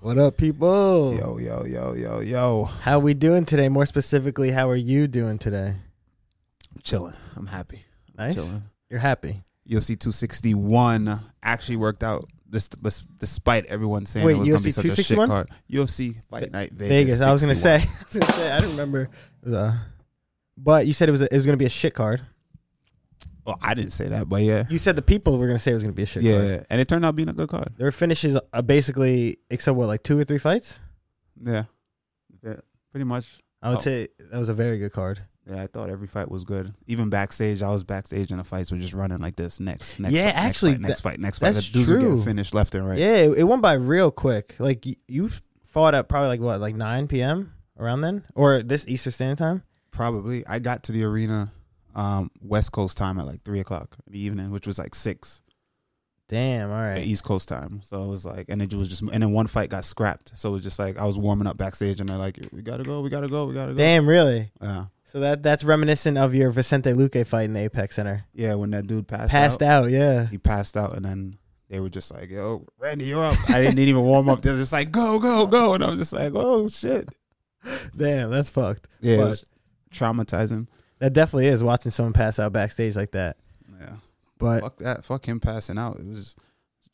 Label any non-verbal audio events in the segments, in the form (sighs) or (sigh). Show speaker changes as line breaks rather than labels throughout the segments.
What up, people?
Yo, yo, yo, yo, yo.
How we doing today? More specifically, how are you doing today?
I'm chilling. I'm happy.
Nice.
Chilling.
You're happy.
UFC 261 actually worked out this, this, despite everyone saying
Wait,
it was going
UFC
to be such a shit
261?
card. UFC Fight Night Vegas.
Vegas. I was gonna
61.
say. (laughs) I was gonna say. I didn't remember. It was a, but you said it was. A, it was gonna be a shit card.
Well, I didn't say that, but yeah.
You said the people were gonna say it was gonna be a shit
Yeah,
card.
and it turned out being a good card.
Their finishes are basically except what like two or three fights.
Yeah. yeah. Pretty much.
I would
Oh.
say that was a very good card.
Yeah, I thought every fight was good. Even backstage, I was backstage and the fights were just running like this. Next, next,
Yeah,
fight, next
actually,
fight, next fight, next fight.
that's
The dudes were getting
true.
Finished left and right.
Yeah, it, it went by real quick. Like y- you fought at probably like what like nine p.m. around then or this Easter Standard Time.
Probably. I got to the arena um, West Coast time at like three o'clock in the evening, which was like six
Damn. All
at
right.
East Coast time. So it was like, and it was just, and then one fight got scrapped. So it was just like I was warming up backstage, and they're like, "We gotta go, we gotta go, we gotta go." Uh,
Damn. Really.
Yeah,
So that that's reminiscent of your Vicente Luque fight in the Apex Center.
yeah. When that dude passed,
Passed
out,
out. yeah.
he passed out, and then they were just like, "Yo, Randy, you're (laughs) up." I didn't even warm up. They're just like, "Go, go, go," and I was just like, "Oh shit."
Damn, that's fucked.
Yeah, it
But-
was traumatizing.
That definitely is watching someone pass out backstage like that.
Yeah.
But
fuck that. Fuck him passing out. It was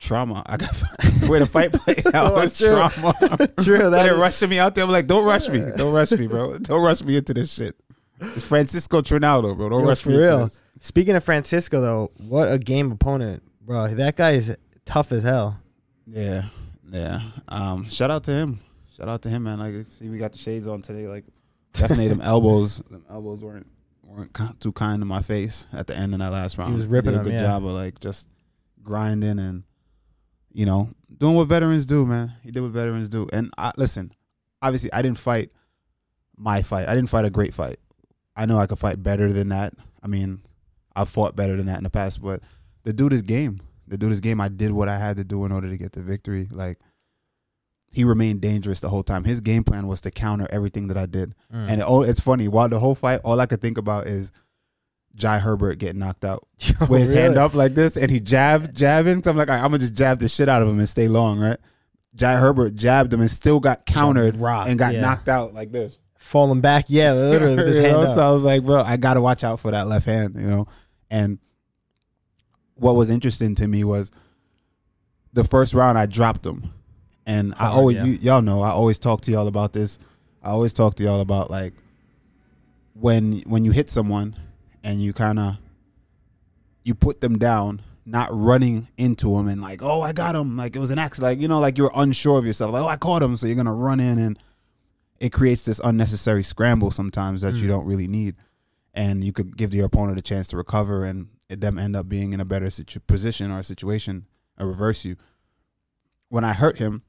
trauma. I got the (laughs) way the fight (laughs) played out
Oh,
was
true.
trauma.
(laughs)
(laughs)
true, that
They're
is-
rushing me out there. I'm like, don't rush me. Don't rush me, bro. Don't rush me into this shit. It's Francisco Trinaldo, bro. Don't
(laughs) Yo,
rush
for
me into
real.
this.
Speaking of Francisco, though, what a game opponent, bro. That guy is tough as hell. (laughs)
Yeah. Yeah. Um, shout out to him. Shout out to him, man. Like see we got the shades on today. Like definitely them elbows. Them elbows weren't weren't ki- too kind to my face at the end of that last round.
was ripping
did
them,
a good
yeah.
job of like just grinding and you know, doing what veterans do, man. He did what veterans do. And I listen, obviously I didn't fight my fight. I didn't fight a great fight. I know I could fight better than that. I mean, I've fought better than that in the past, but the dude is game. The dude is game. I did what I had to do in order to get the victory. Like he remained dangerous the whole time. His game plan was to counter everything that I did.
Mm.
And it, oh, it's funny. While the whole fight, all I could think about is Jai Herbert getting
(laughs)
knocked out
Yo,
with his hand
really?
up like this, and he jabbed, jabbing. So I'm like, all right, I'm gonna just jab the shit out of him and stay long, right? Jai Herbert jabbed him and still got countered
rocked,
and got
yeah.
knocked out like this.
Falling back,
(laughs)
yeah, literally with his
You
hand
know,
up.
So I was like, bro, I gotta watch out for that left hand, you know. And what was interesting to me was the first round I dropped him, and I
Hard,
always
yeah.
you, y'all know I always talk to y'all about this. I always talk to y'all about like when when you hit someone and you kind of you put them down, not running into them and like, oh, I got him, like it was an accident, like you know, like you're unsure of yourself, like oh, I caught him, so you're gonna run in and it creates this unnecessary scramble sometimes that
Mm.
you don't really need, and you could give the opponent a chance to recover and them end up being in a better situ- position or situation or reverse you. When I hurt him,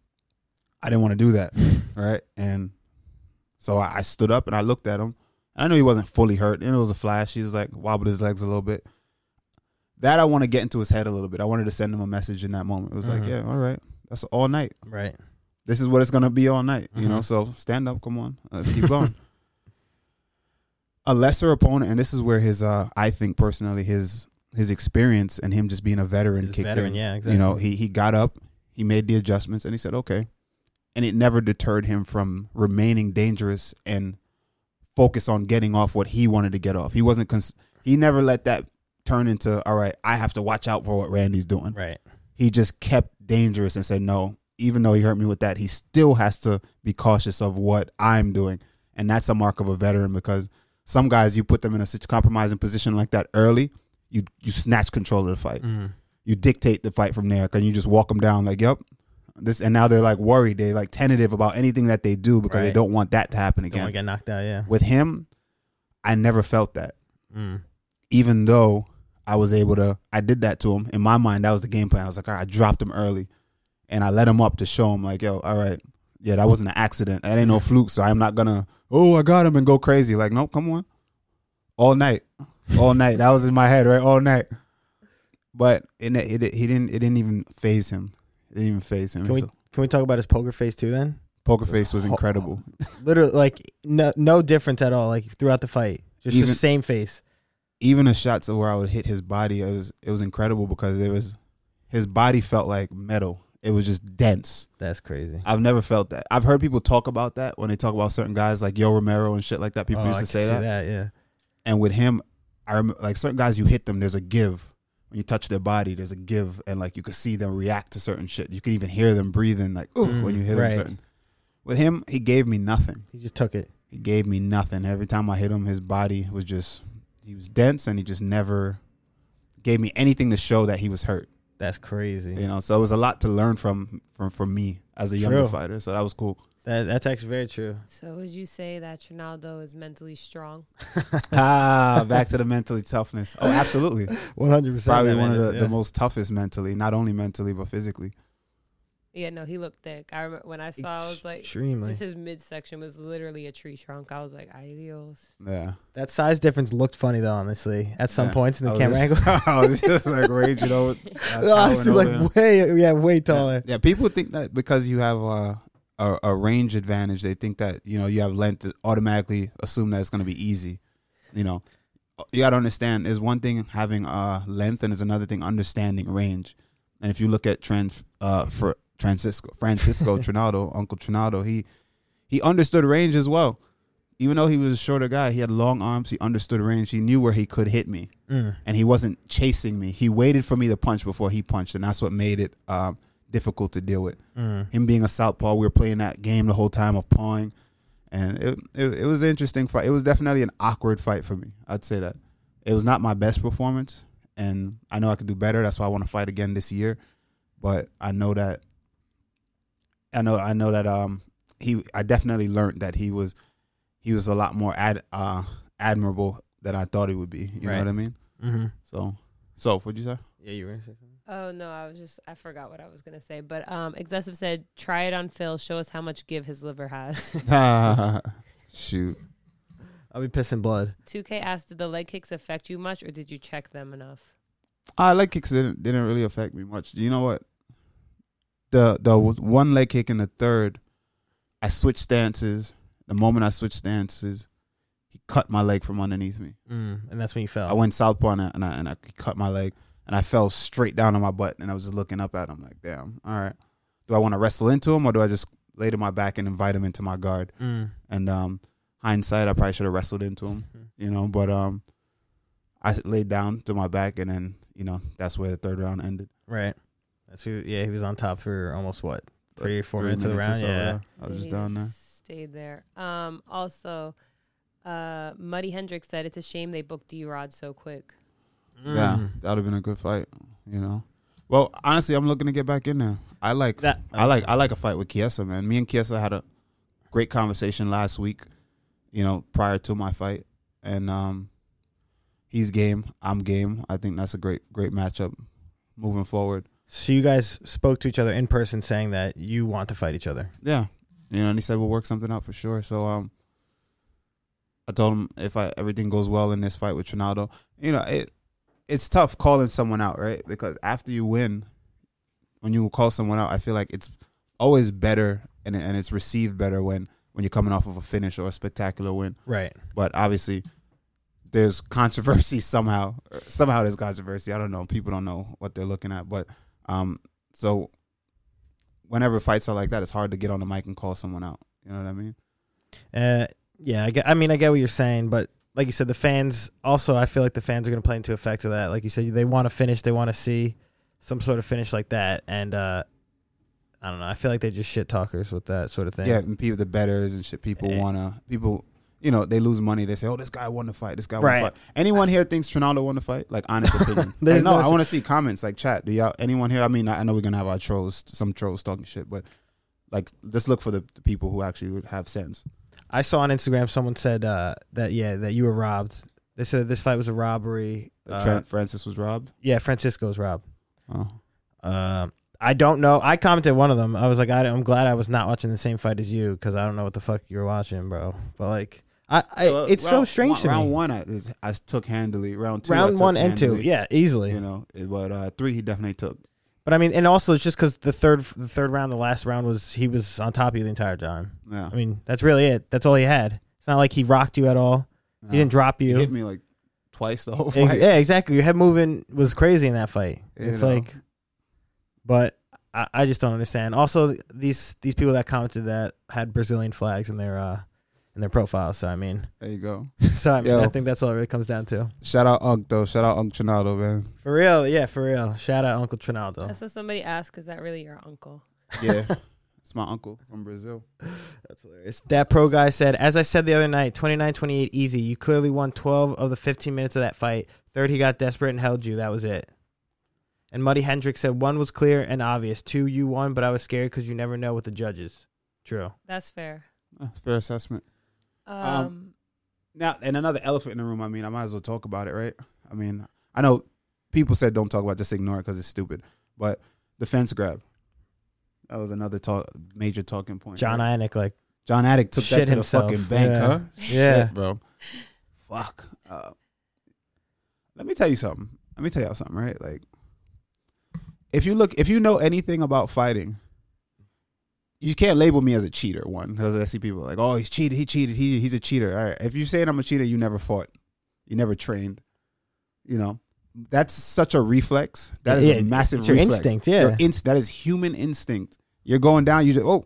I didn't want to do that, right? And so I, I stood up and I looked at him. And I knew he wasn't fully hurt, and it was a flash. He was like wobbled his legs a little bit that I want to get into his head a little bit. I wanted to send him a message in that moment. It was like, yeah, all right, that's all night.
Right.
This is what it's gonna be all night, you know.
Mm-hmm.
So stand up, come on, let's keep going. (laughs) a lesser opponent, and this is where his, uh, I think personally, his his experience and him just being a veteran
He's a
kicked
veteran,
in.
yeah,
You know, he he got up, he made the adjustments, and he said, okay. And it never deterred him from remaining dangerous and focus on getting off what he wanted to get off. He wasn't. Cons- he never let that turn into all right. I have to watch out for what Randy's doing
Right.
he just kept dangerous and said no even though he hurt me with that he still has to be cautious of what i'm doing and that's a mark of a veteran because some guys you put them in a such compromising position like that early you you snatch control of the fight
Mm-hmm.
you dictate the fight from there and you just walk them down like yep this and now they're like worried they're like tentative about anything that they do because they
Right.
don't want that to happen
Don't
again
want to get knocked out. Yeah. Mm.
with him, I never felt that. Even though I was able to, I did that to him. In my mind, that was the game plan. I was like, all right, I dropped him early and I let him up to show him, like, yo, all right, yeah, that wasn't an accident. That ain't no fluke. So I'm not going to, oh, I got him and go crazy. Like, no, come on. All night. All night. That was in my head, right? All night. But it, it, it, he didn't, it didn't even phase him. It didn't even phase him.
Can we
So
can we talk about his poker face too? Then
poker face was incredible.
literally like no no difference at all. Like throughout the fight, just the
Even-
same face.
even the shots where I would hit his body, it was it was incredible because it was his body felt like metal. It was just dense.
That's crazy.
I've never felt that. I've heard people talk about that when they talk about certain guys like Yo Romero and shit like that. People
Oh,
used
I
to
can
say
see
that.
Yeah.
And with him, I remember like certain guys you hit them, there's a give. When you touch their body, there's a give, and like you could see them react to certain shit. You could even hear them breathing, like ooh,
Mm,
when you hit
right.
him. Certain. With him, he gave me nothing.
He just took it.
He gave me nothing. Every time I hit him, his body was just he was dense, and he just never gave me anything to show that he was hurt.
That's crazy.
You know, so it was a lot to learn from from from me as a younger
True.
fighter. So that was cool.
That, that's actually very true. (laughs)
So would you say that Ronaldo is mentally strong?
ah, back to the mentally toughness. Oh, absolutely.
One hundred percent.
Probably one of the, the most toughest mentally, not only mentally but physically.
Yeah, no, he looked thick. I remember when I saw, I was like,
extremely.
just his midsection was literally a tree trunk. I was like, adios.
Yeah.
That size difference looked funny though. Honestly, at some
Yeah.
points in
I
the
was
camera angle,
(laughs)
(laughs)
just- I was just like raging over. uh,
honestly,
towering
like
over him.
way, yeah, way
yeah,
taller.
yeah, people think that because you have a, a a range advantage, they think that you know you have length, they automatically assume that it's going to be easy. You know, you got to understand. There's one thing having uh length, and there's another thing understanding range. And if you look at trans uh for Francisco Francisco Trinaldo, Uncle Trinaldo, he he understood range as well. Even though he was a shorter guy, he had long arms. He understood range. He knew where he could hit me
Mm.
and he wasn't chasing me. He waited for me to punch before he punched, and that's what made it um, difficult to deal with.
Mm.
Him being a southpaw, we were playing that game the whole time of pawing, and it it, it was an interesting fight. It was definitely an awkward fight for me. I'd say that it was not my best performance, and I know I could do better. That's why I want to fight again this year. But I know that I know I know that um he I definitely learned that he was he was a lot more ad, uh, admirable than I thought he would be. You know
Right.
what I mean?
hmm
So, so what'd you say?
Yeah, you were gonna say something.
Oh no, I was just I forgot what I was gonna say. But um excessive said, try it on Phil, show us how much give his liver has.
(laughs)
(laughs)
Shoot.
I'll be pissing blood.
2K asked, did the leg kicks affect you much or did you check them enough?
Ah, leg kicks didn't, didn't really affect me much. You know what? The the one leg kick in the third, I switched stances. The moment I switched stances, he cut my leg from underneath me.
Mm. And that's when you fell.
I went southpaw and I, and I and I cut my leg and I fell straight down on my butt and I was just looking up at him like, damn, all right. Do I want to wrestle into him or do I just lay to my back and invite him into my guard?
Mm.
And um, hindsight, I probably should have wrestled into him. you know. But um, I s- laid down to my back, and then you know that's where the third round ended.
Right. That's who. Yeah, he was on top for almost what three or four
Three
minutes, of the round. yeah.
I was just
He
down there.
Stayed there. Um also uh Muddy Hendricks said it's a shame they booked D Rod so quick.
Mm.
Yeah, that would have been a good fight, you know. Well, honestly, I'm looking to get back in there. I like
That
I like I like a fight with Kiesa, man. Me and Kiesa had a great conversation last week, you know, prior to my fight, and um, he's game. I'm game. I think that's a great great matchup moving forward.
So you guys spoke to each other in person, saying that you want to fight each other.
Yeah. You know, and he said we'll work something out for sure. So um I told him if I everything goes well in this fight with Ronaldo, you know, it it's tough calling someone out, right? Because after you win, when you call someone out, I feel like it's always better and and it's received better when when you're coming off of a finish or a spectacular win.
Right.
But obviously there's controversy (laughs) somehow. Somehow there's controversy. I don't know. People don't know what they're looking at, but um so whenever fights are like that, it's hard to get on the mic and call someone out. You know what I mean?
Uh, yeah, I, get, I mean, I get what you're saying, but like you said, the fans also, I feel like the fans are going to play into effect of that. Like you said, they want to finish, they want to see some sort of finish like that, and uh, I don't know. I feel like they're just shit talkers with that sort of thing.
Yeah, and people the betters and shit. People
Eh.
wanna people. You know, they lose money. They say, "Oh, this guy won the fight. This guy won
Right.
the fight." Anyone here thinks Trinaldo won the fight? Like, honest opinion.
There's
Like, no,
no-
I want to see comments. Like, chat. Do y'all anyone here? I mean, I I know we're gonna have our trolls, some trolls talking shit, but like, just look for the, the people who actually would have sense.
I saw on Instagram someone said uh, that yeah that you were robbed. They said this fight was a robbery.
Like,
Uh,
Trent Francis was robbed.
yeah, Francisco's robbed.
Oh,
Uh, I don't know. I commented one of them. I was like, I, I'm glad I was not watching the same fight as you because I don't know what the fuck you were watching, bro. But like, I, I
Well,
it's so
round-
strange to me.
Round one, I, is- I took handily. Round two, I
round
took
one and two,
handily,
yeah, easily.
You know, but uh, three, he definitely took.
But I mean, and also it's just because the third, the third round, the last round was he was on top of you the entire time.
Yeah,
I mean, that's really it. That's all he had. It's not like he rocked you at all. He didn't drop
He
you.
hit me like twice the whole
Ex-
fight.
yeah, exactly. Your head moving was crazy in that fight.
You
it's
know.
like, but I, I just don't understand. Also, these these people that commented that had Brazilian flags in their uh in their profiles. So I mean, (laughs)
There you go.
so I mean, I
Yo.
think that's all it really comes down to.
Shout out Unc though. Shout out Unc Trinaldo, man.
For real, yeah, for real. Shout out Uncle
Oh.
Trinaldo.
I saw somebody ask, "Is that really your uncle?"
Yeah, it's my uncle from Brazil.
That's hilarious. That pro guy said, as I said the other night, 29 28 easy. You clearly won 12 of the 15 minutes of that fight. Third, he got desperate and held you. That was it. And Muddy Hendricks said, one was clear and obvious. Two, you won, but I was scared because you never know with the judges.
Oh
True.
That's fair.
That's a fair assessment. Um,
Um,
Now, and another elephant in the room. I mean, I might as well talk about it, right? I mean, I know people said don't talk about, it, just ignore it because it's stupid. But the fence grab. That was another talk, major talking point.
John
right?
Iannick, like,
John Attic took that
Shit
to the
himself.
fucking bank,
Yeah.
huh?
Yeah.
Shit, bro. Fuck. Uh, let me tell you something. Let me tell y'all something, right? Like, if you look, if you know anything about fighting, you can't label me as a cheater. One, because I see people like, oh, he's cheated, he cheated, he he's a cheater. All right, if you're saying I'm a cheater, you never fought, you never trained, you know. That's such a reflex. That is
Yeah,
a
it's-
massive
it's your
reflex.
instinct, yeah.
Your inst- that is human instinct. You're going down. You just oh,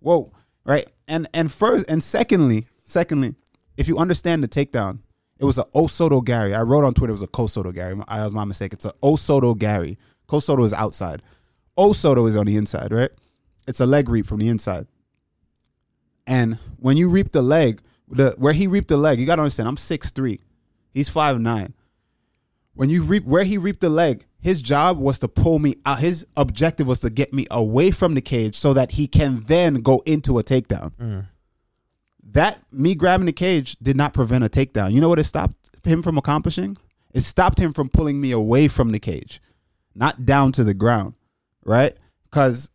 whoa, right? And and first and secondly, secondly, if you understand the takedown, it was a Osoto Gary. I wrote on Twitter it was a Kosoto Gary. My- That was my mistake. It's a Osoto Gary. Kosoto is outside. Osoto is on the inside, right? It's a leg reap from the inside. And when you reap the leg, the where he reaped the leg, you gotta understand. I'm six three. He's five nine. When you reap where he reaped the leg, his job was to pull me out. His objective was to get me away from the cage so that he can then go into a takedown.
mm,
That me grabbing the cage did not prevent a takedown. You know what it stopped him from accomplishing? It stopped him from pulling me away from the cage, not down to the ground, right? Because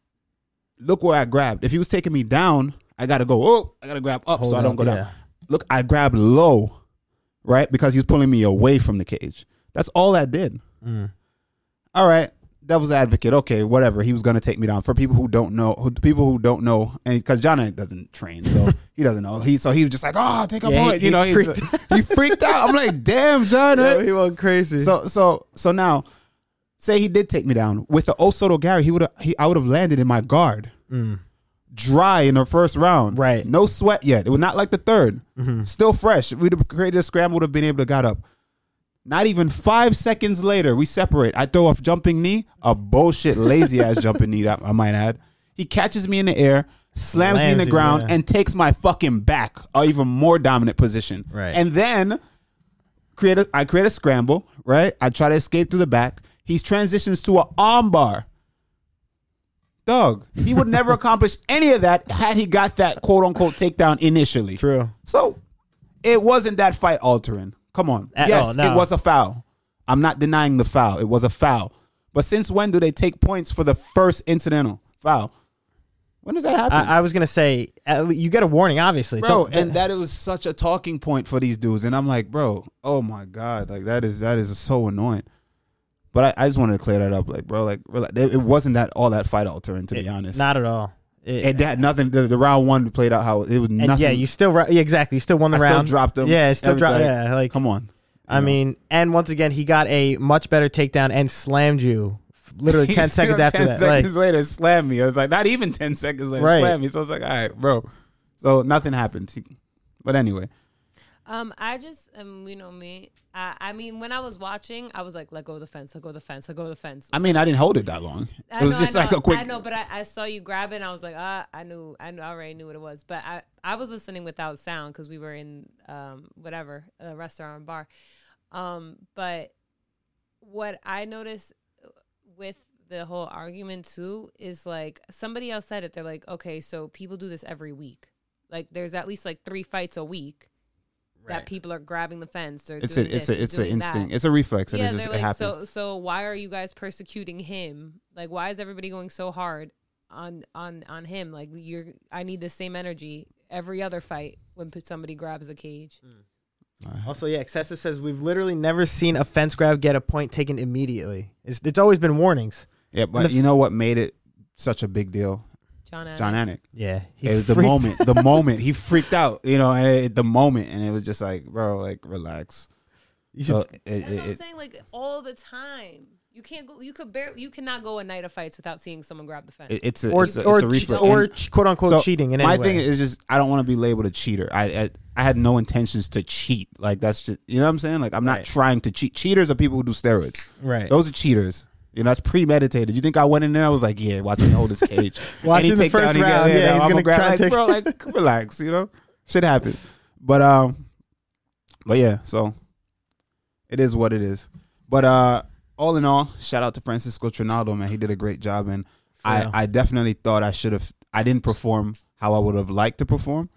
look where I grabbed. If he was taking me down, I gotta go. Oh, I gotta grab up
Hold
so I don't
up,
go down.
yeah.
Look, I grabbed low, right? Because he was pulling me away from the cage. That's all that did.
Mm.
All right, devil's advocate. Okay, whatever. He was gonna take me down. For people who don't know, who, people who don't know, and because John Anik doesn't train, so he doesn't know. He so he was just like, oh, take a
Yeah,
point.
he-
you know,
he
he's- he freaked out. I'm like,
(laughs)
damn, John. Anik.
he went crazy.
So so so now, say he did take me down with the Osoto Gary, he would he I would have landed in my guard, dry in the first round,
Mm. Right. Mm-hmm.
No sweat yet. It was not like the 3rd still fresh. We'd have created a scramble, would have been able to got up. Not even five seconds later, we separate. I throw a jumping knee, a bullshit lazy
(laughs)
ass jumping knee. That I might add. He catches me in the air, slams me in
Lands
the
you,
ground,
yeah.
and takes my fucking back, a even more dominant position.
Right.
And then create a I create a scramble, right? I try to escape through the back. He transitions to an armbar. Dog, he would never (laughs) accomplish any of that had he got that quote unquote takedown initially.
True.
So it wasn't that fight altering. Come on.
At
yes,
all, no.
it was a foul. I'm not denying the foul. It was a foul. But since when do they take points for the first incidental foul? When does that happen?
I, I was going to say, at le- you get a warning, obviously.
bro
Don't-
and that was such a talking point for these dudes and i'm like bro oh my god like that is that is so annoying but i, I just wanted to clear that up like bro like relax. it it wasn't that all that fight altering to be honest
not at all. It-
it had nothing the, the round one played out how it was
and
nothing
yeah, you still, ri- yeah, exactly. You still won the
I still
round.
dropped him
Yeah, still dropped.
everything.
Yeah, like,
come on
I mean, and once again, he got a much better takedown and slammed you f-
(laughs)
literally 10 seconds after
10
that.
seconds
like,
later slam me i was like not even 10 seconds later
Right.
slam me so i was like all right bro so nothing happened but anyway
um, I just, um, you know me. I, I mean, when I was watching, I was like, "Let go of the fence. Let go of the fence. Let go of the fence."
i mean i didn't hold it that long
I
it was
know, I
just like
know,
a quick
I know, but I, I saw you grab it, and I was like, ah, I knew, I knew, I already knew what it was. But I, I was listening without sound because we were in, um, whatever, a restaurant bar. Um, but what I noticed with the whole argument too is like somebody else said it. They're like, okay, so people do this every week. Like, there's at least like three fights a week that people are grabbing the fence. Or
it's
doing
a it's
this,
a it's an
doing that
instinct. It's a reflex. and
yeah,
it's just,
they're
it
like,
happens.
so so why are you guys persecuting him? Like, why is everybody going so hard on on on him? Like, you're I need the same energy every other fight when p- somebody grabs the cage.
also, yeah, Excessive says, we've literally never seen a fence grab get a point taken immediately. It's, it's always been warnings.
yeah,
and
but
the-
you know what made it such a big deal?
John, Anik.
John Anik.
Yeah. He
It was the
freaked-
moment.
(laughs)
The moment he freaked out. You know, and it, the moment, and it was just like, bro, like relax.
You should,
So it,
That's what
it,
I'm
it,
saying. Like all the time. You can't go. You could barely. You cannot go a night of fights without seeing someone grab the fence.
It- it's a
or
it's a,
or,
it's a
che-
reflex.
or
And
ch- quote unquote
so
cheating. In
my
any
thing
way.
is just I don't want to be labeled a cheater. I, I I had no intentions to cheat. Like that's just you know what I'm saying. Like I'm not
Right.
trying to cheat. Cheaters are people who do steroids.
right.
Those are cheaters. You know, that's premeditated. You think I went in there? I was like, yeah, watch me hold this
(laughs)
cage.
Watch in the
takedown,
first
he got
round,
laid
yeah,
out,
he's
I'ma
gonna
grab-
try and
like,
take-
bro, like (laughs) relax. You know, shit happens. But um, but yeah, so it is what it is. But uh, all in all, shout out to Francisco Trinaldo, man. He did a great job, and I,
real.
I definitely thought I should have. I didn't perform how I would have liked to perform,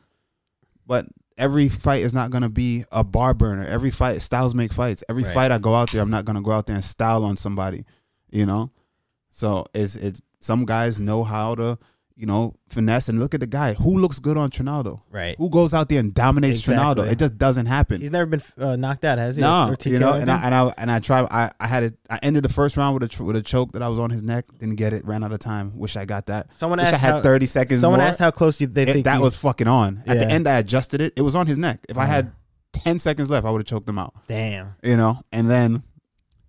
but every fight is not gonna be a bar burner. Every fight, styles make fights. Every
Right.
fight I go out there, I'm not gonna go out there and style on somebody, you know. So it's it's some guys know how to you know finesse and look at the guy who looks good on Trinaldo.
right.
Who goes out there and dominates
Exactly.
Trinaldo? It just doesn't happen.
He's never been uh, knocked out, has he?
No,
Or TKO
you know,
or
and I
anything?
and I and I tried. I, I had it. I ended the first round with a tr- with a choke that I was on his neck. Didn't get it. Ran out of time. Wish I got that.
someone
Wish
asked
I had
how,
thirty seconds.
Someone
more.
asked how close you, they
It-
think
that
you-
was fucking on. At
Yeah.
the end, I adjusted it. It was on his neck. If I
Mhm.
had ten seconds left, I would have choked him out.
damn.
You know. And then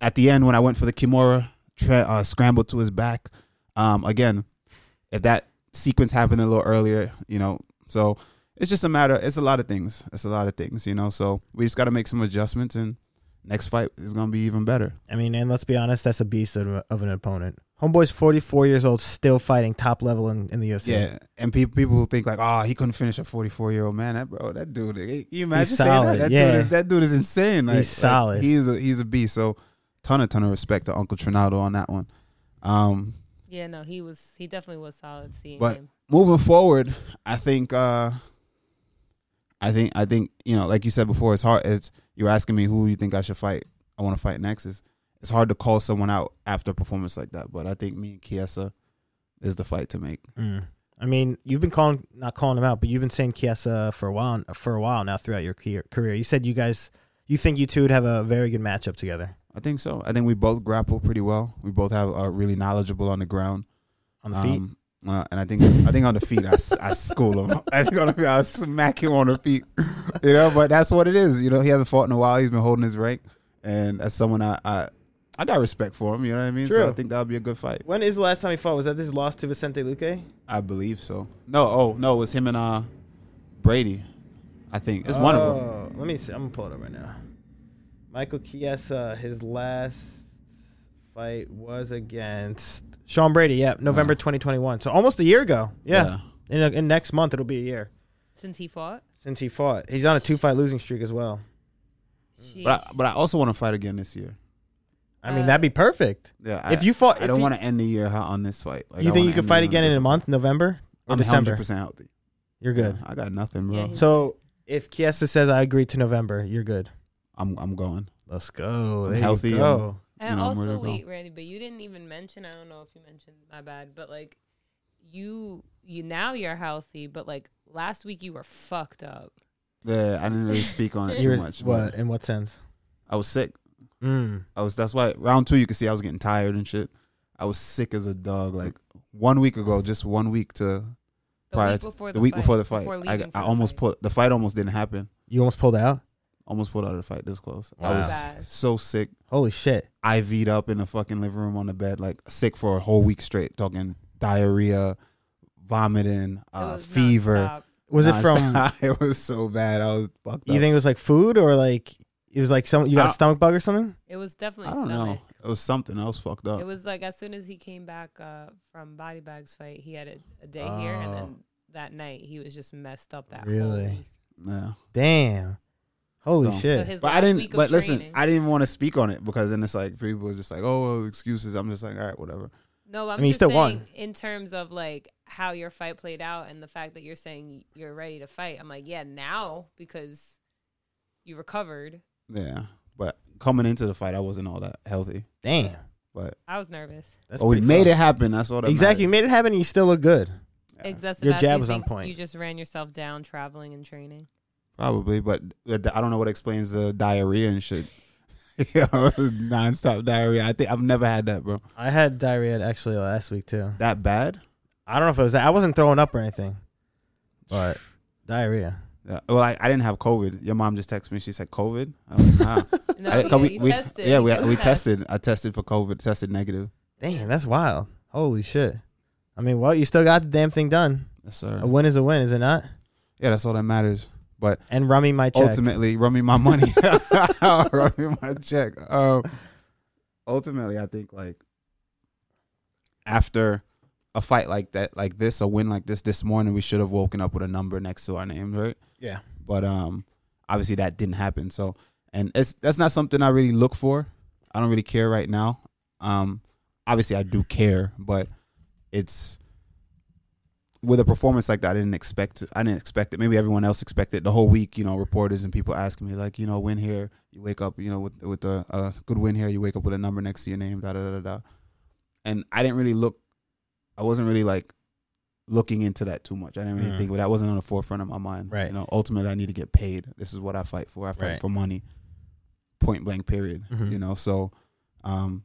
at the end, when I went for the kimura, tra- uh, scrambled to his back. Um, again, if that sequence happened a little earlier, you know. So it's just a matter. It's a lot of things. It's a lot of things. You know. So we just got to make some adjustments and. Next fight is gonna be even better.
I mean, and let's be honest, that's a beast of, of an opponent. Homeboy's 44 years old, still fighting top level in, in the UFC.
Yeah, and people people who think like, oh, he couldn't finish a forty four year old man. That bro, that dude. eh, You imagine saying
solid,
that? That
yeah.
dude is that dude is insane. Like,
He's solid.
Like, he is a he's a beast. So ton of ton of respect to Uncle Trinaldo on that one. Um,
Yeah, no, he was. He definitely was solid. Seeing
But-
him.
moving forward, I think uh, I think I think you know, like you said before, it's hard. It's you're asking me who you think I should fight. I want to fight next. Is it's hard to call someone out after a performance like that. But I think me and Kiesa is the fight to make.
Mm. I mean, you've been calling not calling him out, but you've been saying Kiesa for a while for a while now throughout your ke- career. You said you guys you think you two would have a very good matchup together
I think so. I think we both grapple pretty well. We both have are really knowledgeable on the ground.
on the feet.
Um, uh, and I think I think on the feet I, s- I school him. (laughs) I think on the feet I smack him on the feet. You know, but that's what it is. You know, he hasn't fought in a while. He's been holding his rank, and as someone I I, I got respect for him. You know what I mean? So
True.
I think that'll be a good fight.
When is the last time he fought? Was that his loss to Vicente Luque?
I believe so. No, oh no, it was him and uh Brady. I think it's one of them.
them. Oh, Let me see. I'm gonna pull it up right now. Michael Chiesa, his last fight was against Sean Brady. Yeah, November
Ah.
2021. So almost a year ago. Yeah, In, a, in next month it'll be a year
since he fought,
since he fought. He's on a two fight losing streak as well.
she,
Mm. But I, but I also want to fight again this year.
I mean, that'd be perfect.
Yeah. Uh, I,
If you fought,
I don't want to end the year ho- on this fight. Like,
You
I
think
wanna
you could
end
fight
it on
again in a month, November or
I'm
December?
100% healthy.
You're good.
I got nothing,
Yeah,
bro.
he's-
So if Kiesa says I agree to November, you're good.
I'm I'm going.
Let's go.
I'm
There
healthy,
You go.
and
know, I'm ready
also
to go.
wait, Randy, but you didn't even mention. I don't know if you mentioned. My bad. But like, you you now you're healthy, but like last week you were fucked up.
Yeah, I didn't really speak
(laughs)
on it too
You're-
much.
What?
But
In what sense?
I was sick.
Mm.
I was that's why round two you could see I was getting tired and shit. I was sick as a dog. Like one week ago, just one week to
The
Prior
week
to-
before
the,
the
week
fight,
before the fight. I,
leaving
I
for the
almost
fight.
put the fight almost didn't happen.
You almost pulled out.
Almost pulled out of the fight this close. I
Wow.
was
Bad.
so sick.
Holy shit.
IV'd up in the fucking living room on the bed, like sick for a whole week straight, talking diarrhea, vomiting,
It
uh,
was
fever.
nonstop.
Was it
(laughs) Nah,
from? (laughs)
it was so bad. I was fucked
You
up.
think it was like food or like it was like some you
I
got a
don't-
stomach bug or something?
It was definitely
I don't
stomach.
know. It was uh, something. I was fucked up.
It was like as soon as he came back uh, from Body Bags fight, he had a, a day here,
Oh.
and then that night he was just messed up. That
Really?
Whole week.
yeah.
Damn. Holy
So-
shit.
So his
But I
last
didn't.
week of
But listen,
training-
I didn't even want to speak on it because then it's like people are just like, "Oh, well, excuses." I'm just like, "All right, whatever."
no, I'm
mean, he
just
still
saying
won.
in terms of like how your fight played out and the fact that you're saying you're ready to fight. I'm like, yeah, now because you recovered.
Yeah. But coming into the fight, I wasn't all that healthy.
Damn.
But
I was nervous.
That's
oh, we
pretty
made
fucked.
it happen. That's all that
Exactly. You
matters.
made it happen and you still look good.
Yeah.
Exactly.
Your
That's-
jab
you
was on
think
point.
You just ran yourself down traveling
(laughs)
and training.
Probably, but th- I don't know what explains the diarrhea and shit. (laughs) yeah, it was nonstop diarrhea. I think I've never had that, bro.
I had diarrhea actually last week too.
That bad?
I don't know if it was that. I wasn't throwing up or anything, (sighs) but diarrhea.
Yeah. Well, I, I didn't have COVID. Your mom just texted me. She said COVID. I was like, nah.
No,
I- 'cause
yeah,
we,
you
we,
tested.
yeah, we,
You
we
test.
tested. I tested for COVID. Tested negative.
Damn, that's wild. Holy shit. I mean, well, you still got the damn thing done.
Yes, sir.
Uh,
A win is a win, is it not?
Yeah, that's all that matters. But
And Rummy my check.
ultimately, run me my
(laughs)
money. (laughs) run me my check. Um, ultimately, I think like after a fight like that, like this, a win like this this morning, we should have woken up with a number next to our name, right?
Yeah.
But um, obviously that didn't happen. So, and it's that's not something I really look for. I don't really care right now. Um, obviously I do care, but it's with a performance like that, I didn't expect. I didn't expect it. Maybe everyone else expected the whole week. You know, reporters and people asking me like, you know, win here, you wake up, you know, with with a, a good win here, you wake up with a number next to your name, da da da da da. And I didn't really look. I wasn't really like looking into that too much. I didn't really
Mm.
think, but that wasn't on the forefront of my mind.
Right.
You know, ultimately, I need to get paid. This is what I fight for. I fight
Right.
for money. Point blank. Period.
Mhm.
You know, so. um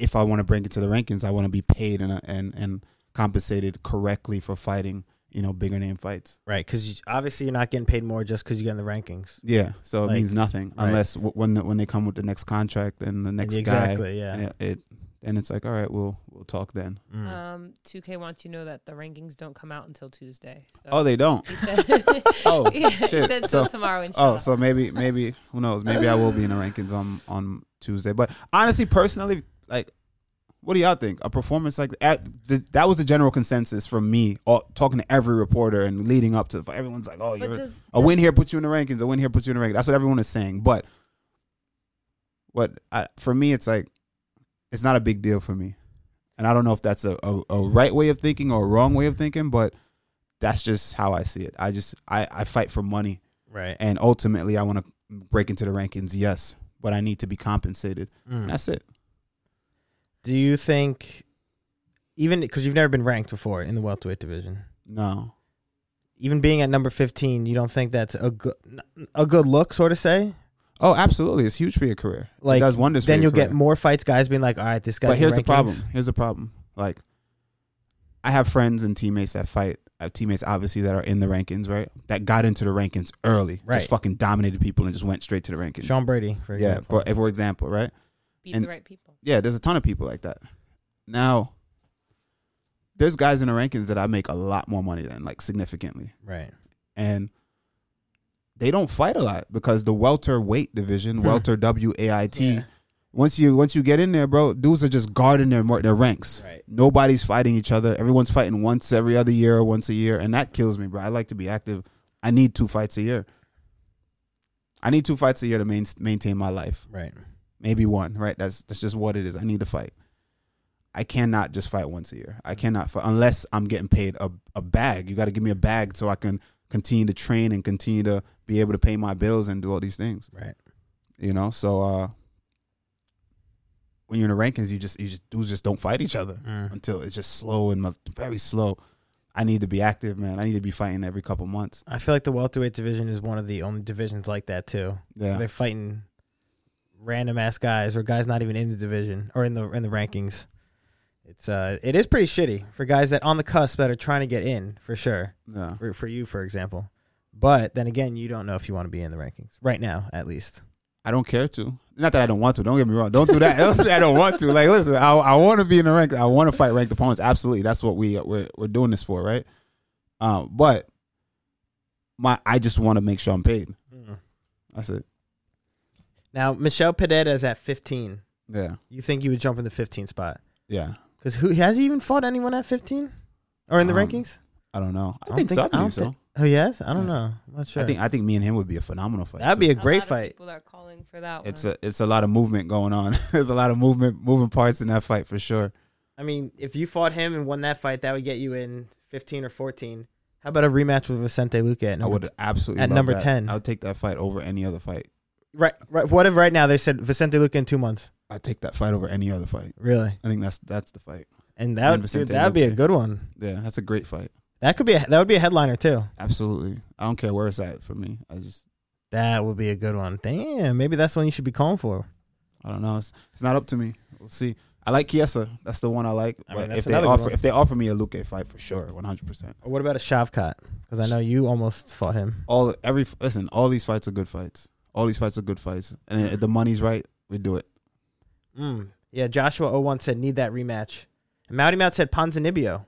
if I want to bring it to the rankings, I want to be paid and uh, and and compensated correctly for fighting, you know, bigger name fights.
Right, because obviously you're not getting paid more just because you get in the rankings.
Yeah, so
Like,
it means nothing
right.
unless w- when the, when they come with the next contract and the next guy,
exactly, yeah.
and it, it and it's like, all right, we'll we'll talk then.
Mm.
Um, 2K wants you to know that the rankings don't come out until Tuesday. So
Oh, they don't.
he said, (laughs)
Oh
yeah, he
shit.
said
so
till tomorrow. Inshallah.
oh, so maybe maybe who knows? Maybe I will be in the rankings on on Tuesday. But honestly, personally, like. What do y'all think? A performance like at the, that was the general consensus from me, all, talking to every reporter and leading up to the fight. Everyone's like, "Oh,
but
you're
does,
A win here puts you in the rankings. A win here puts you in the rankings. That's what everyone is saying. But what I, for me, it's like it's not a big deal for me, and I don't know if that's a, a, a right way of thinking or a wrong way of thinking, but that's just how I see it. I just I, I fight for money,
Right.
and ultimately I want to break into the rankings. Yes, but I need to be compensated.
Mm.
And that's it.
Do you think, even because you've never been ranked before in the welterweight division,
No,
even being at number 15, you don't think that's a good a good look, sort of say?
oh, absolutely, it's huge for your career. Like
Like,
it does wonders. for
Then
your
you'll get
career.
more fights, guys being like, all right, this guy's
But
in
here's the
rankings."
problem. Here's the problem. Like, I have friends and teammates that fight. I have teammates obviously that are in the rankings, right? That got into the rankings early,
Right.
just fucking dominated people and just went straight to the rankings.
Sean Brady, for
yeah,
example.
for for example, right?
beat
and-
the right people.
Yeah, there's a ton of people like that. Now, there's guys in the rankings that I make a lot more money than, like significantly,
right.
and they don't fight a lot because the welterweight division,
Hmm.
welter W A I T.
Yeah.
Once you once you get in there, bro, dudes are just guarding their mar- their ranks.
Right.
Nobody's fighting each other. Everyone's fighting once every other year or once a year, and that kills me, bro. I like to be active. I need two fights a year. I need two fights a year to main, maintain my life.
Right.
Maybe one, right? That's that's just what it is. I need to fight. I cannot just fight once a year. I cannot fight unless I'm getting paid a, a bag. You got to give me a bag so I can continue to train and continue to be able to pay my bills and do all these things
Right.
you know so uh when you're in the rankings you just you just dudes just don't fight each other
Mm.
until it's just slow and mo- very slow i need to be active man i need to be fighting every couple months
I feel like the welterweight division is one of the only divisions like that, too.
yeah
They're fighting random ass guys or guys not even in the division or in the in the rankings. It's uh it is pretty shitty for guys that on the cusp that are trying to get in for sure.
yeah
For for you, for example. But then again, you don't know if you want to be in the rankings right now, at least.
i don't care to not that i don't want to don't get me wrong don't do that (laughs) don't say i don't want to like listen i, I want to be in the rank i want to fight ranked opponents absolutely that's what we we're, we're doing this for right um but my i just want to make sure i'm paid that's it
Now Michelle Pedetta is at 15.
yeah
You think you would jump in the 15 spot?
yeah
Because who has he even fought anyone at 15 or in the
Um,
rankings?
i don't know i,
don't
think, so i
think- I
believe
don't
so
think- Oh yes, I don't
Yeah.
know. I'm not sure.
i think i think me and him would be a phenomenal fight
That'd
too.
be a
a
great
lot Of
fight.
people are calling for that.
it's
one.
a it's a lot of movement going on. (laughs) There's a lot of movement moving parts in that fight for sure.
I mean, if you fought him and won that fight, that would get you in 15 or 14. How about a rematch with Vicente Luque at
I
number
would uh, absolutely
at
love
number
that.
10.
I would take that fight over any other fight.
t- right, right. What if right now they said Vicente Luque in two months?
I would take that fight over any other fight.
Really?
I think that's that's the fight.
And
And
that would dude,
Vicente
that would be a
Luque.
good one.
Yeah, that's a great fight.
That could be a, that would be a headliner too.
Absolutely. I don't care where it's at for me. I just
That would be a good one. Damn, maybe that's one you should be calling for.
I don't know. It's, it's not up to me. We'll see. I like Kiesa. That's the one I like.
I mean,
but
that's
if they
another good
offer
one.
if they offer me a Luke fight for sure, 100%.
Or what about a Shavkat? Because I know you almost fought him.
All every listen, all these fights are good fights. All these fights are good fights, and if the money's right, we do it. Hmm.
Mm. Yeah, Joshua 01 said, need that rematch. And Mouty Mout said, Ponzinibbio.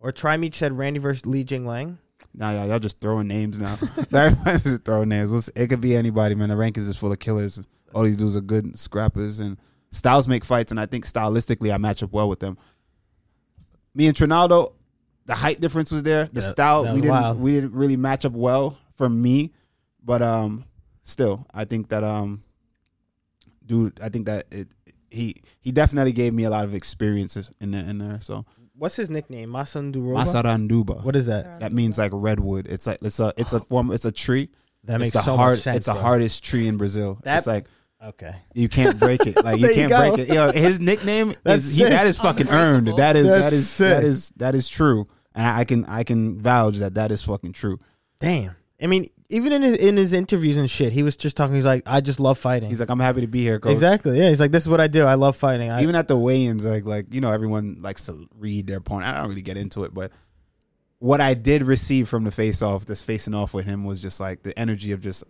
Or Trimeach said, Randy versus Li Jing Lang.
Nah, y'all, y'all just throwing names now. (laughs) Everybody's just throwing names. What's- It could be anybody, man. The rankings is full of killers. All these dudes are good scrappers, and styles make fights, and I think stylistically I match up well with them. Me and Trinaldo, the height difference was there. The
Yeah,
style
that
we
was
didn't
wild.
we didn't really match up well for me, but um, still I think that um, dude, I think that it he he definitely gave me a lot of experiences in there, in there. So
What's his nickname? Masandurova?
Masaranduba.
What is that?
That means like redwood. It's like it's a it's a form. It's a tree.
That
it's
makes
the
so
hard,
much sense.
It's the
bro.
hardest tree in Brazil.
That-
it's like
Okay.
you can't break it. Like you
(laughs) There you
can't
go.
break it. Yo, his nickname
(laughs) That's
is he, that is fucking earned.
Unbreakable.
That is that
That's
is
sick.
that is that is true. And I can I can vouch that that is fucking true.
Damn. I mean, even in his, in his interviews and shit, he was just talking. He's like, I just love fighting.
He's like I'm happy to be here, coach.
exactly. Yeah. He's like, this is what I do. I love fighting. I,
Even at the weigh-ins, like like you know everyone likes to read their opponent. I don't really get into it, but what I did receive from the face-off, this facing off with him, was just like the energy of just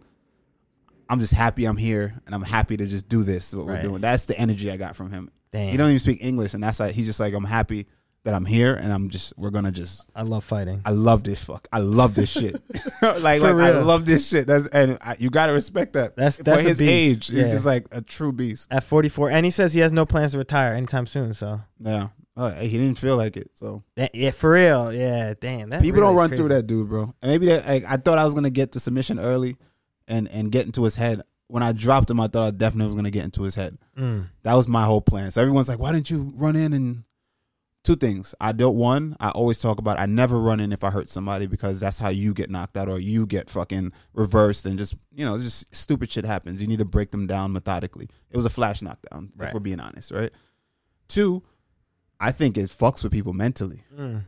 I'm just happy I'm here and I'm happy to just do this what
Right.
we're doing. That's the energy I got from him.
damn.
He don't even speak English, and that's like he's just like I'm happy that I'm here, and I'm just we're gonna just
I love fighting.
I love this fuck. I love
(laughs)
this shit. (laughs) like, like I
real.
love this shit. That's and I, you gotta respect that.
That's- that's
for
a
his
beast.
age.
Yeah.
He's just like a true beast.
At 44, and he says he has no plans to retire anytime soon. So
Yeah. Uh, he didn't feel like it. So
That- yeah, for real. Yeah, damn. That
people don't
really is
run
crazy.
through that dude, bro. And maybe that like, I thought I was gonna get the submission early, and and get into his head. When I dropped him, I thought I definitely was gonna get into his head.
Mm.
That was my whole plan. So everyone's like, why didn't you run in and two things. I don't one, I always talk about I never run in if I hurt somebody because that's how you get knocked out or you get fucking reversed and just you know, just stupid shit happens. You need to break them down methodically. It was a flash knockdown,
Right.
if we're being honest, right? Two, I think it fucks with people mentally.
(laughs) Mm.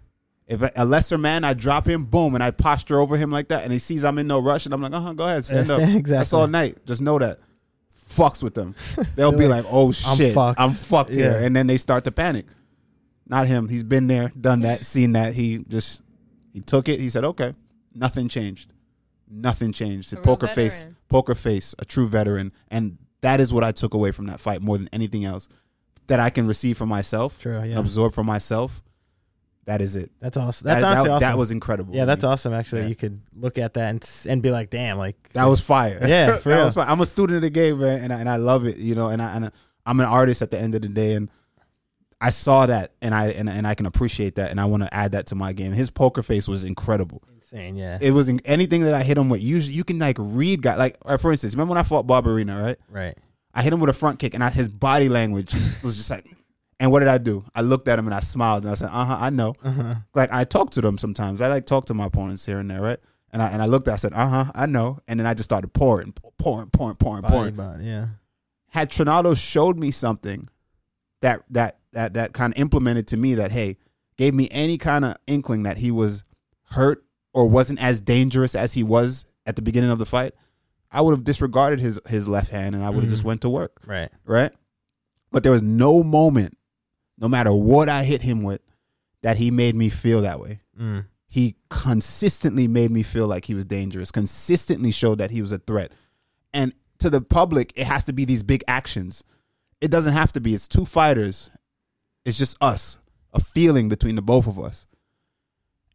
If a, a lesser man, I drop him, boom, and I posture over him like that, and he sees I'm in no rush, and I'm like, uh huh, go ahead, stand
Yeah, (laughs)
up.
stand-
That's all
exactly.
night. Just know that fucks
(laughs)
with them. They'll
They're
be like, oh
"I'm
shit, I'm fucked,
fucked."
here,
Yeah.
and then they start to panic. Not him. He's been there,
(laughs)
done that, seen that. He just he took it. He said, okay, nothing changed. Nothing changed.
A real
poker face,
veteran.
poker face, a true veteran, and that is what I took away from that fight more than anything else that I can receive from myself,
True.
and
Yeah.
absorb from myself. That is it.
That's awesome. That's
that,
honestly
that,
awesome.
that was incredible.
yeah,
to
that's
me.
awesome. Actually,
Yeah.
you could look at that and s- and be like, damn, like
That was fire. (laughs)
Yeah, for
that
real.
was fire. I'm a student of the game, man, and I, and I love it. You know, and I and I, I'm an artist at the end of the day, and I saw that, and I and, and I can appreciate that, and I want to add that to my game. His poker face was incredible.
insane. Yeah.
It was in, anything that I hit him with. Usually, you can like read guy. Like uh, for instance, remember when I fought Barbarina, right?
right.
I hit him with a front kick, and I, his body language was just like. And what did I do? I looked at him and I smiled and I said, "Uh huh, I know."
Uh-huh.
like I talk to them sometimes. I like talk to my opponents here and there, right? And I and I looked, I said, uh huh, I know. And then I just started pouring, pouring, pouring, pouring,
Body
pouring.
bond. Yeah.
Had Trinaldo showed me something that that that that kind of implemented to me that hey, gave me any kind of inkling that he was hurt or wasn't as dangerous as he was at the beginning of the fight, I would have disregarded his his left hand and I would have
Mhm.
just went to work
Right.
right? But there was no moment, no matter what I hit him with, that he made me feel that way.
Mm.
He consistently made me feel like he was dangerous, consistently showed that he was a threat. And to the public, it has to be these big actions. It doesn't have to be, it's two fighters, it's just us, a feeling between the both of us.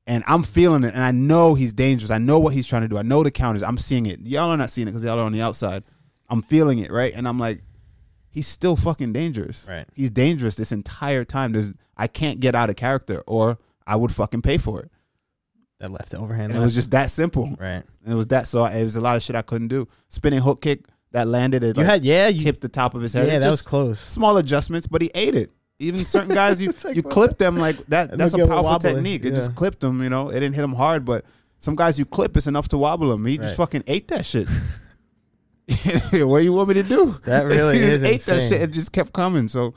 And I'm feeling it, and I know he's dangerous. I know what he's trying to do. I know the counters. I'm seeing it. Y'all are not seeing it because y'all are on the outside. I'm feeling it, right? And I'm like, he's still fucking dangerous.
Right.
He's dangerous this entire time. There's, I can't get out of character, or I would fucking pay for it
That left overhand.
and it was
left.
just that simple.
right.
And it was that. So it was a lot of shit I couldn't do. Spinning hook kick that landed it.
You
like,
had yeah. You
tipped the top of his
yeah.
head. It
that was
just
close.
small adjustments, but he ate it. Even certain
(laughs)
guys, you
It's like,
you
what
clip
(laughs)
them like that.
And
That's
they'll
a
get a
powerful
wobbly,
technique. It
yeah.
just clipped him. You know, it didn't hit him hard, but some guys you clip, it's enough to wobble him. He
Right.
just fucking ate that shit. (laughs) what do you want me to do?
That really
(laughs) he just
is
ate that
insane.
shit and just kept coming. So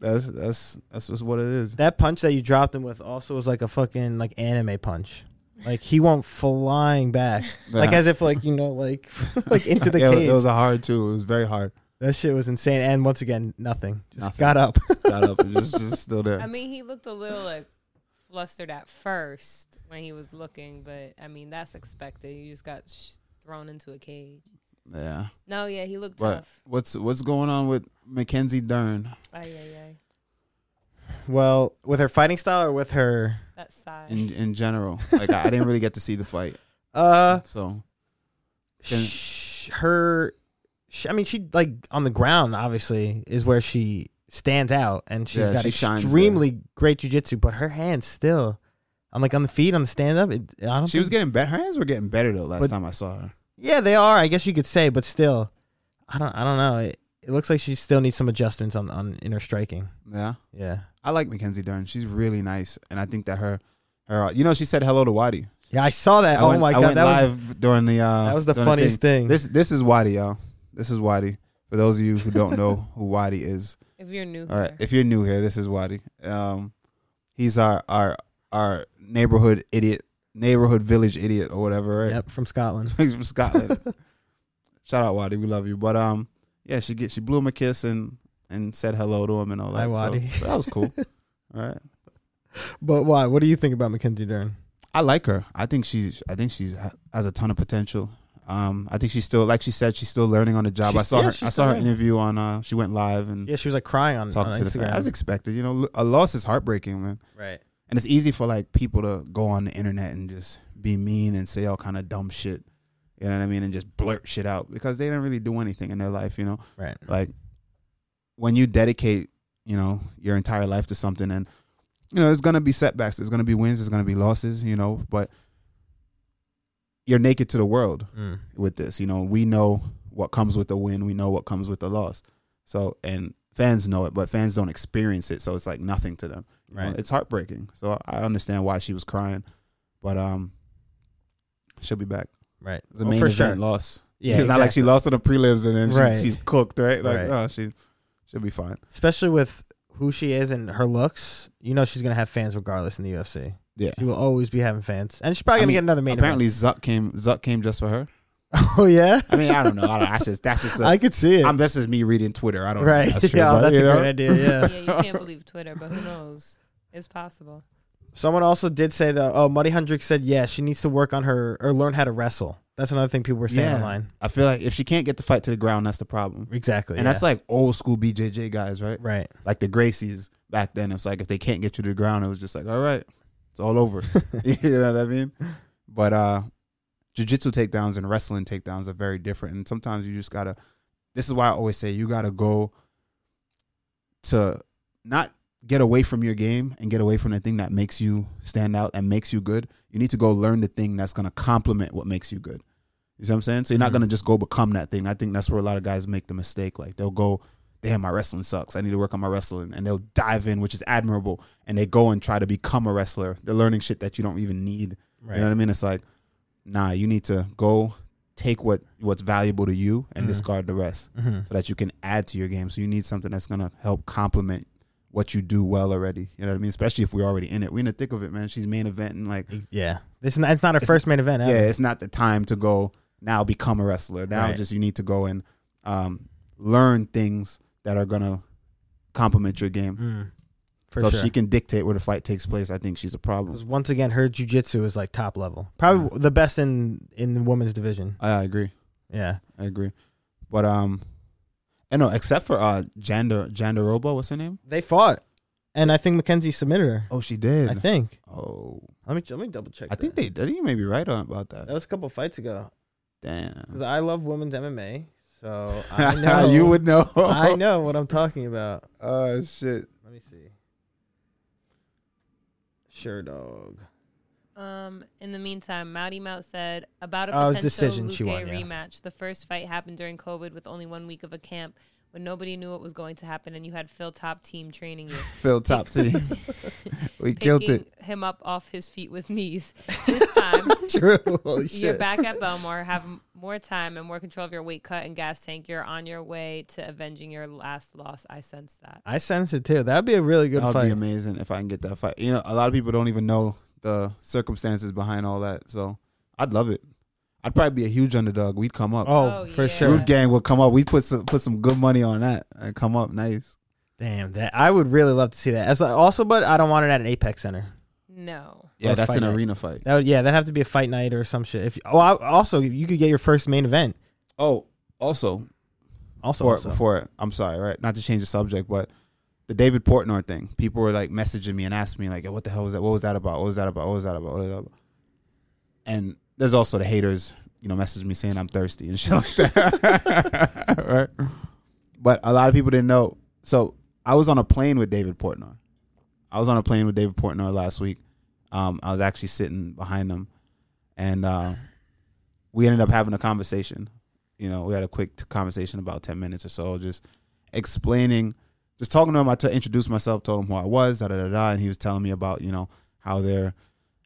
that's that's that's just what it is.
That punch that you dropped him with also was like a fucking like anime punch. Like he went flying
(laughs)
back, like
Yeah.
as if like you know like (laughs) like into the
Yeah,
cage.
It was a hard too. It was very hard.
that shit was insane. And once again, nothing. Just
Nothing.
got up. (laughs)
Got up. It was just still there.
(laughs) I mean, he looked a little like flustered at first when he was looking, but I mean, that's expected. You just got sh- thrown into a cage.
Yeah.
No, yeah, he looked
But
tough.
what's what's going on with Mackenzie Dern?
Ay, ay, ay.
Well, with her fighting style or with her
That side.
in in general. Like I, I didn't really get to see
(laughs)
the fight,
uh
so Can-
sh- her sh- I mean she like on the ground obviously is where she stands out and she's
Yeah,
got
she shines
extremely great jujitsu, but her hands still I'm like on the feet on the stand up. It, I don't
she was
think-
getting better. Her hands were getting better though. Last
But-
time I saw her,
Yeah, they are, I guess you could say, but still I don't I don't know. It, it looks like she still needs some adjustments on on in her striking.
yeah,
Yeah.
I like Mackenzie Dern. She's really nice, and I think that her her you know she said hello to Wadi.
Yeah, I saw that.
I
oh
went-
my
I
god,
went
that was
live during the uh,
that was the
during
funniest
thing.
thing.
This this is Wadi, y'all. This is Wadi. For those of you who don't
(laughs)
know who Wadi is,
if you're new
all right.
here.
If you're new here, this is Wadi. Um, he's our our our neighborhood idiot, neighborhood village idiot, or whatever. Right?
Yep, from Scotland.
He's from (laughs) Scotland. Shout out Waddy, we love you. But um, yeah, she get she blew him a kiss and and said hello to him and all that.
Hi,
So-
Waddy.
So, that
(laughs)
was cool. all right,
(laughs) But why? What do you think about Mackenzie Dern?
I like her. I think she's I think she's has a ton of potential. Um, I think she's still like she said she's still learning on the job.
She's-
I saw
yeah,
her.
she's still
I saw her
learning.
interview on. Uh, she went live and
Yeah, she was like crying on,
talked
on
to the
Instagram.
fans. As expected, you know, lo- a loss is heartbreaking, man.
right.
And it's easy for like people to go on the internet and just be mean and say all kind of dumb shit. You know what I mean? And just blurt shit out because they didn't really do anything in their life. You know.
Right.
like when you dedicate you know your entire life to something and you know there's gonna be setbacks there's gonna be wins there's gonna be losses you know but you're naked to the world
Mm.
with this you know we know what comes with a win we know what comes with a loss so and fans know it but fans don't experience it so it's like nothing to them you know?
Right.
it's heartbreaking so i understand why she was crying but um she'll be back
Right.
the
Well,
main
Oh, for
event
sure.
loss
Yeah.
it's not like she
exactly.
lost in the prelims and then she's,
Right.
she's cooked, right? Like,
Right.
no, she she'll be fine.
Especially with who she is and her looks, you know she's gonna have fans regardless in the UFC.
Yeah.
She will always be having fans, and she's probably
I
gonna
mean,
get another main.
Apparently,
event.
Zuck came. Zuck came just for her.
(laughs) oh yeah.
I mean, I don't know. (laughs)
(laughs)
I don't, that's just that's just.
I
A,
could see it.
I'm, this is me reading Twitter. I don't.
right.
Know. (laughs) That's true,
yeah,
but,
Oh, that's
you
a
know,
great idea. Yeah.
yeah, you can't believe Twitter, but who knows? It's possible.
(laughs) Someone also did say though. Oh, Muddy Hendricks said yeah, she needs to work on her or learn how to wrestle. That's another thing people were saying
Yeah.
online.
I feel like if she can't get the fight to the ground, that's the problem.
Exactly.
And that's like old school BJJ guys, right?
right.
Like the Gracies back then. It's like if they can't get you to the ground, it was just like, all right, it's all over. (laughs) you know what I mean? But uh jiu-jitsu takedowns and wrestling takedowns are very different and sometimes you just got to This is why I always say you got to go to not get away from your game and get away from the thing that makes you stand out and makes you good. You need to go learn the thing that's going to complement what makes you good. You see what I'm saying? So you're not
Mhm.
going to just go become that thing. I think that's where a lot of guys make the mistake. Like they'll go, damn, my wrestling sucks. I need to work on my wrestling. And they'll dive in, which is admirable. And they go and try to become a wrestler. They're learning shit that you don't even need.
Right.
You know what I mean? It's like, nah, you need to go take what what's valuable to you and
Mm.
discard the rest
hmm
so that you can add to your game. So you need something that's gonna help complement what you do well already. You know what I mean? Especially if we're already in it. We're in the thick of it, man. She's main event and like
Yeah. This is not, it's not her
It's-
first main event. ever.
yeah, it's not the time to go now become a wrestler. Now
Right.
just you need to go and um, learn things that are gonna complement your game.
Mm. For
so
sure.
if she can dictate where the fight takes place, I think she's a problem.
Because once again, her jujitsu is like top level, probably
Mm.
the best in in the women's division.
I, I agree.
Yeah,
I agree. But um I know, except for uh Janda Jandaroba, what's her name?
they fought, and I think Mackenzie submitted her.
Oh she did.
I think.
oh.
Let me let me double check.
I think
that.
they I think you may be right on about that.
that was a couple fights ago. Because
Damn.
I love women's MMA,
(laughs)
so I know
you would know. (laughs)
I know what I'm talking about.
Oh shit.
Let me see. Sure,
(laughs)
dog.
Um, in the meantime, Mouty Mout said about a
Oh, it was
potential
decision she
Luque
won, yeah.
rematch. The first fight happened during COVID with only one week of a camp when nobody knew what was going to happen, and you had Phil Top team training you,
Phil top team.
(laughs)
we
picking
killed it.
him up off his feet
(laughs)
with knees. This time,
True. Holy
you're back at Belmore, have m- more time and more control of your weight cut and gas tank. You're on your way to avenging your last loss. I sense that.
I sense it too. That'd be a really good
That would
fight.
be amazing if I can get that fight. You know, a lot of people don't even know the circumstances behind all that. So I'd love it. I'd probably be a huge underdog. We'd come up.
Oh,
Oh,
for
yeah.
sure.
Root gang would come up. We put some put some good money on that and come up nice.
Damn, that I would really love to see that. As also, but I don't want it at an Apex Center.
No.
Or
Yeah, that's
fight
an
night.
arena fight.
That would, yeah, that'd have to be a fight night or some shit. If oh, I, also you could get your first main event.
Oh, Also,
Also,
for
also.
before I'm sorry, right? Not to change the subject, but the David Portnoy thing. People were like messaging me and asking me like, "What the hell was that? What was that about? What was that about? What was that about? What was that about?" And there's also the haters, you know, message me saying I'm thirsty and (laughs) shit like that, (laughs) right? But a lot of people didn't know. So I was on a plane with David Portnoy. I was on a plane with David Portnoy last week. Um, I was actually sitting behind him, and uh, we ended up having a conversation you know, we had a quick t- conversation about 10 minutes or so, just explaining, just talking to him. I t- introduced myself, told him who I was, da da da da. And he was telling me about, you know, how they're,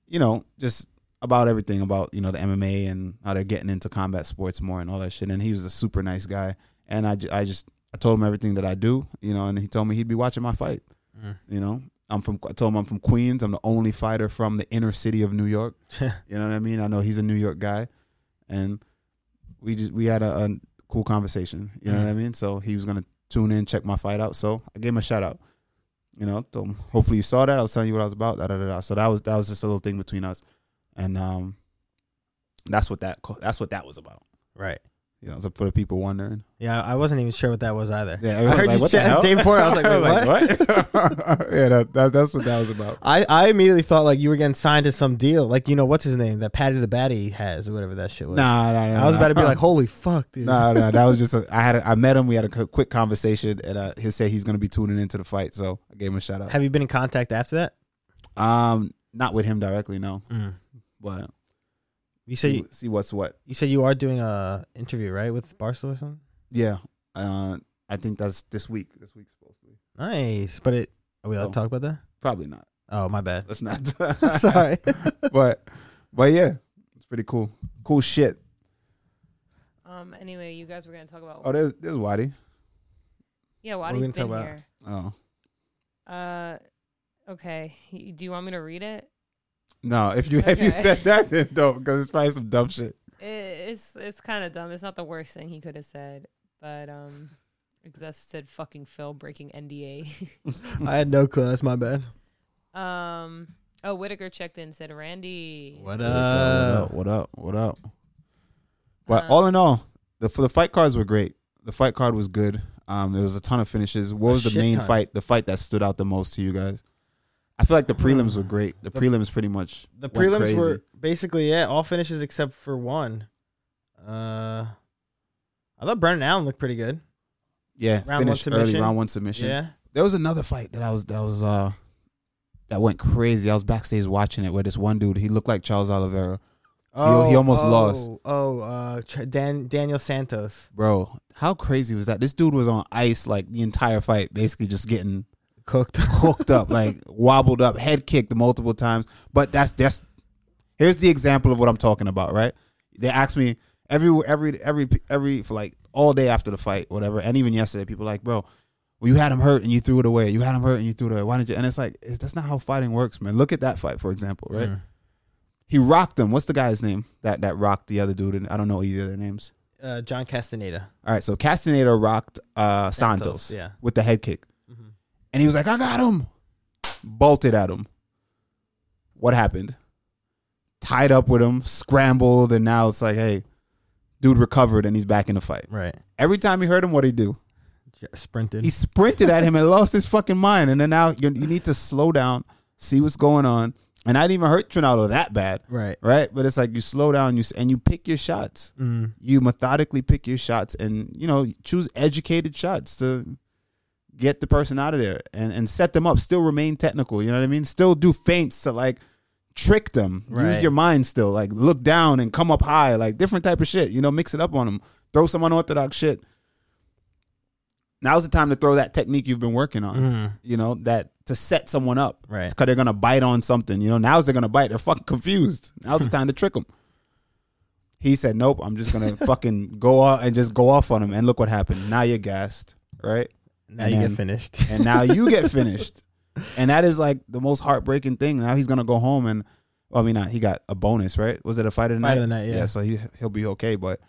you know, just about everything about, you know, the MMA and how they're getting into combat sports more and all that shit. And he was a super nice guy. And I, ju- I just, I told him everything that I do, you know, and he told me he'd be watching my fight,
Mm.
you know. I'm from. I told him I'm from Queens. I'm the only fighter from the inner city of New York. You know what I mean? I know he's a New York guy, and we just we had a, a cool conversation. You know what I mean? So he was gonna tune in, check my fight out. So I gave him a shout out. You know, told him, hopefully you saw that. I was telling you what I was about. Da, da, da, da. So that was that was just a little thing between us, and um, that's what that co- that's what that was about.
right.
You know, so for the people wondering,
Yeah, I wasn't even sure what that was either. (laughs) I
yeah, everyone's
heard
like,
you
what the
said
hell?
Dave Portnoy. I was like, wait,
(laughs) what? (laughs) yeah, that, that, that's what that was about.
(laughs) I, I immediately thought like you were getting signed to some deal, like you know what's his name that Patty the Batty has or whatever that shit was.
Nah, nah, nah
I was about to be
nah. (laughs)
like, holy fuck, dude.
No, no, that was just a, I had a, I met him. We had a c- quick conversation, and uh, he said he's going to be tuning into the fight, so I gave him a shout out.
Have you been in contact after that?
Um, not with him directly, no, but
You said
Mm. see,
you,
see what's what.
you said you are doing a interview right with Barstool or something.
Yeah, uh, I think that's this week. This week's supposed to be
Nice, but it are we allowed
Oh.
to talk about that?
probably not.
Oh my
(laughs)
bad.
Let's not.
(laughs) Sorry.
but but yeah, it's pretty cool. Cool shit.
Um. Anyway, you guys were gonna talk about.
Oh, there's there's Waddy.
yeah,
are we
Waddy's
gonna talk
been here.
Oh
Uh. Okay. Y- Do you want me to read it?
no, if you if you
Okay.
said that, then don't, because it's probably some dumb shit.
It, it's it's kind of dumb. It's not the worst thing he could have said, but um, Exes said fucking Phil breaking NDA.
(laughs) I had no clue. That's my bad.
(laughs) um. Oh, Whitaker checked in. Said Randy.
What
What
up?
up? What up? What up?
Uh-huh.
But
Um,
all in all, the for the fight cards were great. The fight card was good. Um, there was a ton of finishes. What
A
was the
shit
main
ton.
fight? The fight that stood out the most to you guys? I feel like the prelims were great. The,
The-
prelims pretty much.
The
went
prelims
crazy.
were basically yeah, all finishes except for one. Uh, I thought Brendan Allen looked pretty good.
yeah,
round one
finished early
submission.
round one submission.
Yeah,
There was another fight that I was that was uh that went crazy. I was backstage watching it where this one dude he looked like Charles Oliveira,
Oh,
he almost
oh,
lost.
Oh, uh, Ch- Dan Daniel Santos
bro. How crazy was that? This dude was on ice like the entire fight, basically just getting
(laughs) cooked.
hooked up, like wobbled up, head kicked multiple times. But that's that's here's the example of what I'm talking about, right? They asked me every every every every for like all day after the fight, whatever, and even yesterday, people were like, bro, well, you had him hurt and you threw it away. You had him hurt and you threw it away. Why didn't you? And it's like it's, that's not how fighting works, man. Look at that fight, for example, right?
Mm.
He rocked him. What's the guy's name that that rocked the other dude? And I don't know either of their names.
Uh, John Castaneda.
All right, so Castaneda rocked uh, Santos,
Santos, yeah. Mm-hmm.
with the head kick. And he was like, I got him. Bolted at him. What happened? Tied up with him, scrambled, and now it's like, hey, dude recovered and he's back in the fight.
Right.
Every time he heard him, what did he do?
J- sprinted.
He sprinted at him and lost his fucking mind. And then now you, you need to slow down, see what's going on. And I didn't even hurt Trinaldo that bad,
right.
right? But it's like you slow down you s- and you pick your shots
Mm.
you methodically pick your shots and you know choose educated shots to get the person out of there and, and set them up still remain technical you know what i mean still do feints to like trick them use
Right.
your mind still like look down and come up high like different type of shit you know mix it up on them throw some unorthodox shit now's the time to throw that technique you've been working on
Mm.
you know that to set someone up
Right.
because they're gonna bite on something. You know, now's they're gonna bite. They're fucking confused. Now's the time to trick them. He said, "Nope, I'm just gonna fucking go out and just go off on him." And look what happened. Now you're gassed, right?
Now
And
you
then-
get finished. (laughs)
And now you get finished. And that is like the most heartbreaking thing. Now he's gonna go home and, well, I mean, not he got a bonus, right? Was it a fight of the
Fight
night?
of the night, yeah.
So he he'll be okay, but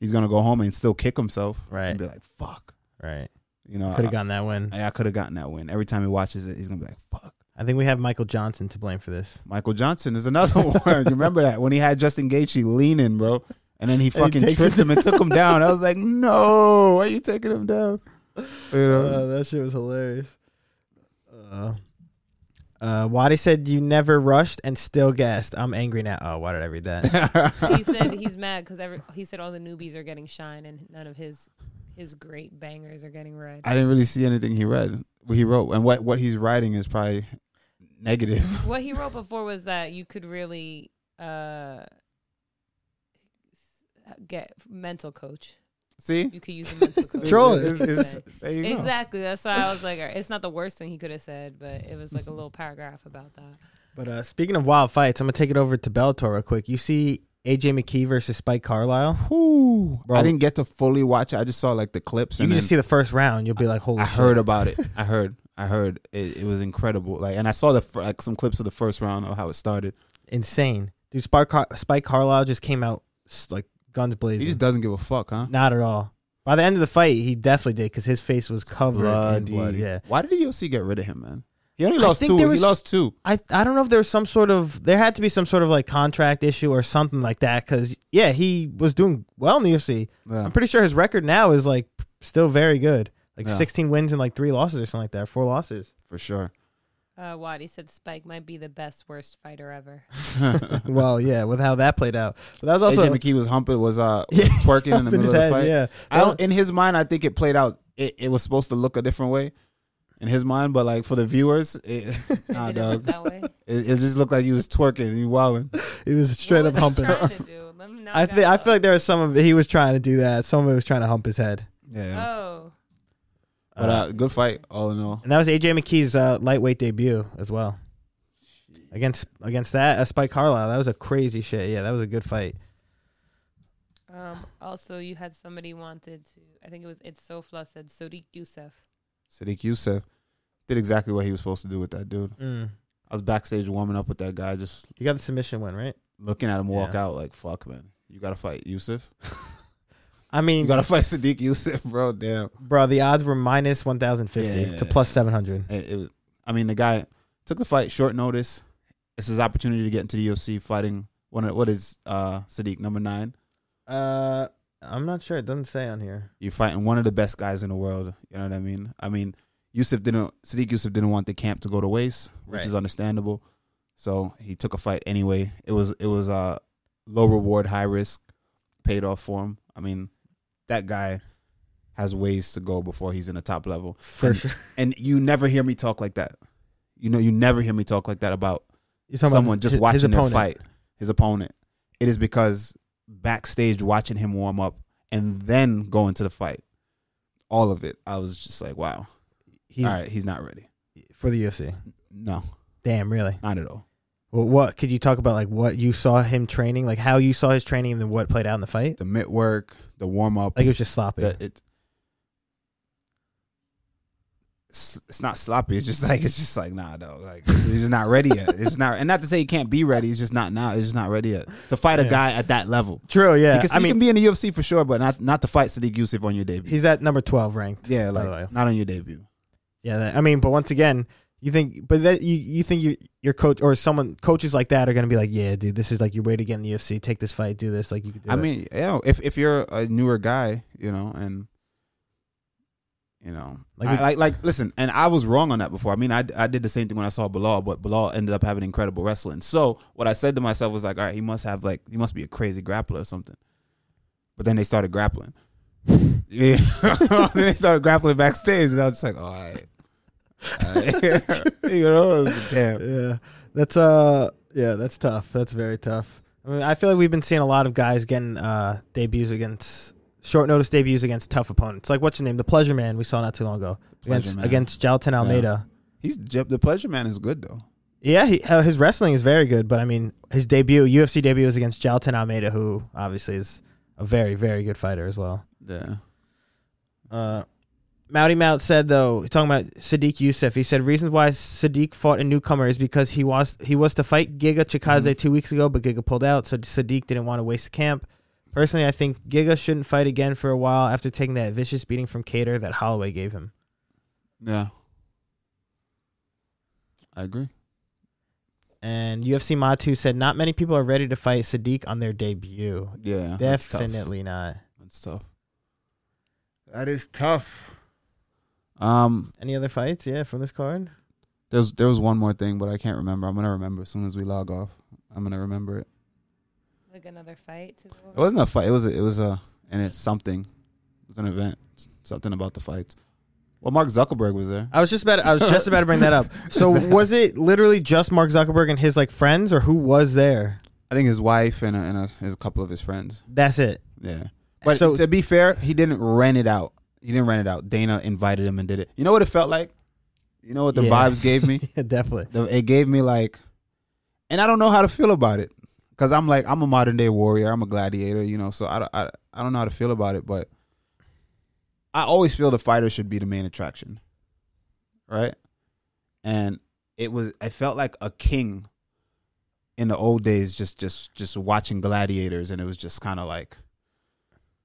he's gonna go home and still kick himself,
Right.
And be like, "Fuck,"
right.
you know.
Could
I-
have gotten that win.
I, could have gotten that win. Every time he watches it, he's gonna be like, "Fuck."
I think we have Michael Johnson to blame for this.
(laughs) Michael Johnson is another one. you remember that when he had Justin Gaethje leaning, bro, And then he
he
fucking
takes
tripped
it.
him and took him down. I was like, no, why are you taking him down? You know?
Uh, that shit was hilarious. Uh, uh, Waddy said you never rushed and still guessed. I'm angry now. Oh, why did I read
(laughs)
that? Uh,
he said he's mad because every he said all the newbies are getting shine and none of his his great bangers are getting read.
I didn't really see anything he read, what he wrote, and what what he's writing is probably negative. (laughs)
what he wrote before was that you could really uh, get mental coach.
See,
You could use a mental coach.
Trolling.
It's- it's- there you go.
Exactly. That's why I was like, it's not the worst thing he could have said, but it was like a little paragraph about that.
but uh, speaking of wild fights, I'm gonna take it over to Bellator real quick. You see AJ McKee versus Spike Carlisle.
Whew.
Bro.
I didn't get to fully watch it. I just saw like the clips.
You
and
can
then
just see the first round. You'll be like, holy.
I
shit.
heard about it. I heard. I heard. It, it was incredible. Like, and I saw the fir- like some clips of the first round of how it started.
insane, dude. Spike, Car- Spike Carlisle just came out s- like guns
He
blazing.
just doesn't give a fuck, huh?
Not at all. By the end of the fight, he definitely did because his face was covered
Bloody.
in blood. Yeah.
Why did the UFC get rid of him, man? He only
I
lost
think
two.
there
he
was-
lost two.
I, I don't know if there was some sort of there had to be some sort of like contract issue or something like that because yeah he was doing well in the UFC.
Yeah.
I'm pretty sure his record now is like still very good, like
Yeah.
16 wins and like three losses or something like that, four
(laughs)
losses.
for sure.
Uh, Waddy said Spike might be the best worst fighter ever.
well, yeah, with how that played out, but that was also
AJ McKee was humping, was uh, was
Yeah. (laughs)
twerking in the
up in
middle
his
of the
head,
fight.
yeah.
I don't, in his mind, I think it played out. It, it was supposed to look a different way in his mind, but like for the viewers, it, (laughs) nah,
Did it
(laughs)
dog.
look that way?
It, it just looked like he was twerking and wilding.
It was straight
What
up
was he
humping.
trying to do? Let me knock
I think I
out.
feel like there was some of he was trying to do that. Some of it was trying to hump his head.
Yeah.
Uh,
Oh,
But uh, good fight, all in all.
And that was AJ McKee's uh, lightweight debut as well. Against against that uh, Spike Carlisle, that was a crazy shit. Yeah, that was a good fight.
um, also you had somebody wanted to. I think it was it's Sofla said Sadiq Youssef.
Sadiq Youssef did exactly what he was supposed to do with that dude.
Mm.
I was backstage warming up with that guy, just
You got the submission win, right?
looking at him walk
Yeah.
out like, fuck, man. You got to fight Youssef.
I
You
mean,
got to (laughs) fight Sadiq Youssef, bro. Damn.
bro, the odds were minus one thousand fifty
Yeah.
to plus seven hundred.
It, it, was- I mean, the guy took the fight short notice. It's his opportunity to get into the UFC fighting one of, what is uh, Sadiq, number nine?
Uh, I'm not sure. It doesn't say on here.
You're fighting one of the best guys in the world. You know what I mean? I mean, Yusuf didn't Sadiq Yusuf didn't want the camp to go to waste, which
Right.
is understandable. So he took a fight anyway. It was it was uh low reward, high risk, paid off for him. I mean, that guy has ways to go before he's in the top level.
For
and,
sure.
And you never hear me talk like that. You know, you never hear me talk like that about
You're talking about
someone
his-
just
his
watching their
opponent.
fight, his opponent. It is because backstage watching him warm up and then going to the fight, all of it, I was just like, wow,
He's
all right, he's not ready.
for the UFC.
No,
Damn, really?
not at all.
Well, what could you talk about? Like what you saw him training, like how you saw his training, and then what played out in the fight?
The mitt work, the warm up,
Like it was just sloppy.
the, it, it's, it's not sloppy. It's just (laughs) like it's just like nah, though. Like he's just not ready yet. It's not, and not to say he can't be ready. It's just not now. It's just not ready yet to fight a
Yeah.
guy at that level.
True. Yeah.
Because
I
he
mean,
can be in the UFC for sure, but not not to fight Sadiq Yusuf on your debut.
he's Oh, at number twelve ranked.
Yeah,
by the way.
like not on your debut.
Yeah, that, I mean, but once again, you think, but that you you think you, your coach or someone coaches like that are gonna be like, yeah, dude, this is like your way to get in the UFC. Take this fight, do this, like you could do.
I
it.
mean, you know, if if you're a newer guy, you know, and you know,
Like
I-
we-
like, like, listen, and I was wrong on that before. I mean, I, I did the same thing when I saw Bilal, but Bilal ended up having incredible wrestling. So what I said to myself was like, all right, he must have like he must be a crazy grappler or something. But then they started grappling. (laughs) Yeah, (laughs) then they started grappling backstage, and I was just like, all right. All right. (laughs) you know, it was-
(laughs)
damn.
yeah, that's uh, yeah, that's tough. That's very tough. I mean, I feel like we've been seeing a lot of guys getting uh debuts against short notice debuts against tough opponents. Like what's his name, the Pleasure Man, we saw not too long ago
Pleasure
against
Man.
against Jalton Almeida.
He's the pleasure man is good though.
Yeah, he, uh, his wrestling is very good, but I mean, his debut UFC debut was against Jalton Almeida, who obviously is a very very good fighter as well.
Yeah.
Uh, Mouty Mout said though, talking about Sadiq Youssef, he said reasons why Sadiq fought a newcomer is because he was he was to fight Giga Chikaze two weeks ago, but Giga pulled out, so Sadiq didn't want to waste the camp. Personally, I think Giga shouldn't fight again for a while after taking that vicious beating from Cater that Holloway gave him.
Yeah. I agree.
And UFC Matu said not many people are ready to fight Sadiq on their debut.
Yeah,
(laughs)
that's tough.
Definitely not.
That's tough. That is tough. Um,
Any other fights? Yeah, from this card.
there's there was one more thing, but I can't remember. I'm gonna remember as soon as we log off. I'm gonna remember it.
Like another fight to go over.
It wasn't a fight. It was a, it was a and it's something. It was an event. Something about the fights. Well, Mark Zuckerberg was there.
I was just about. I (laughs) was just about to bring that up. So was it literally just Mark Zuckerberg and his like friends, or who was there?
I think his wife and a, and a, his couple of his friends.
That's it.
Yeah. But
So-
to be fair, he didn't rent it out. He didn't rent it out. Dana invited him and did it. You know what it felt like? You know what the
Yeah.
vibes
(laughs)
gave me?
Yeah, definitely.
The- it gave me like, and I don't know how to feel about it because I'm like I'm a modern day warrior. I'm a gladiator, you know. So I, don't- I I don't know how to feel about it, but I always feel the fighter should be the main attraction, right? And it was I felt like a king in the old days, just just just watching gladiators, and it was just kind of like,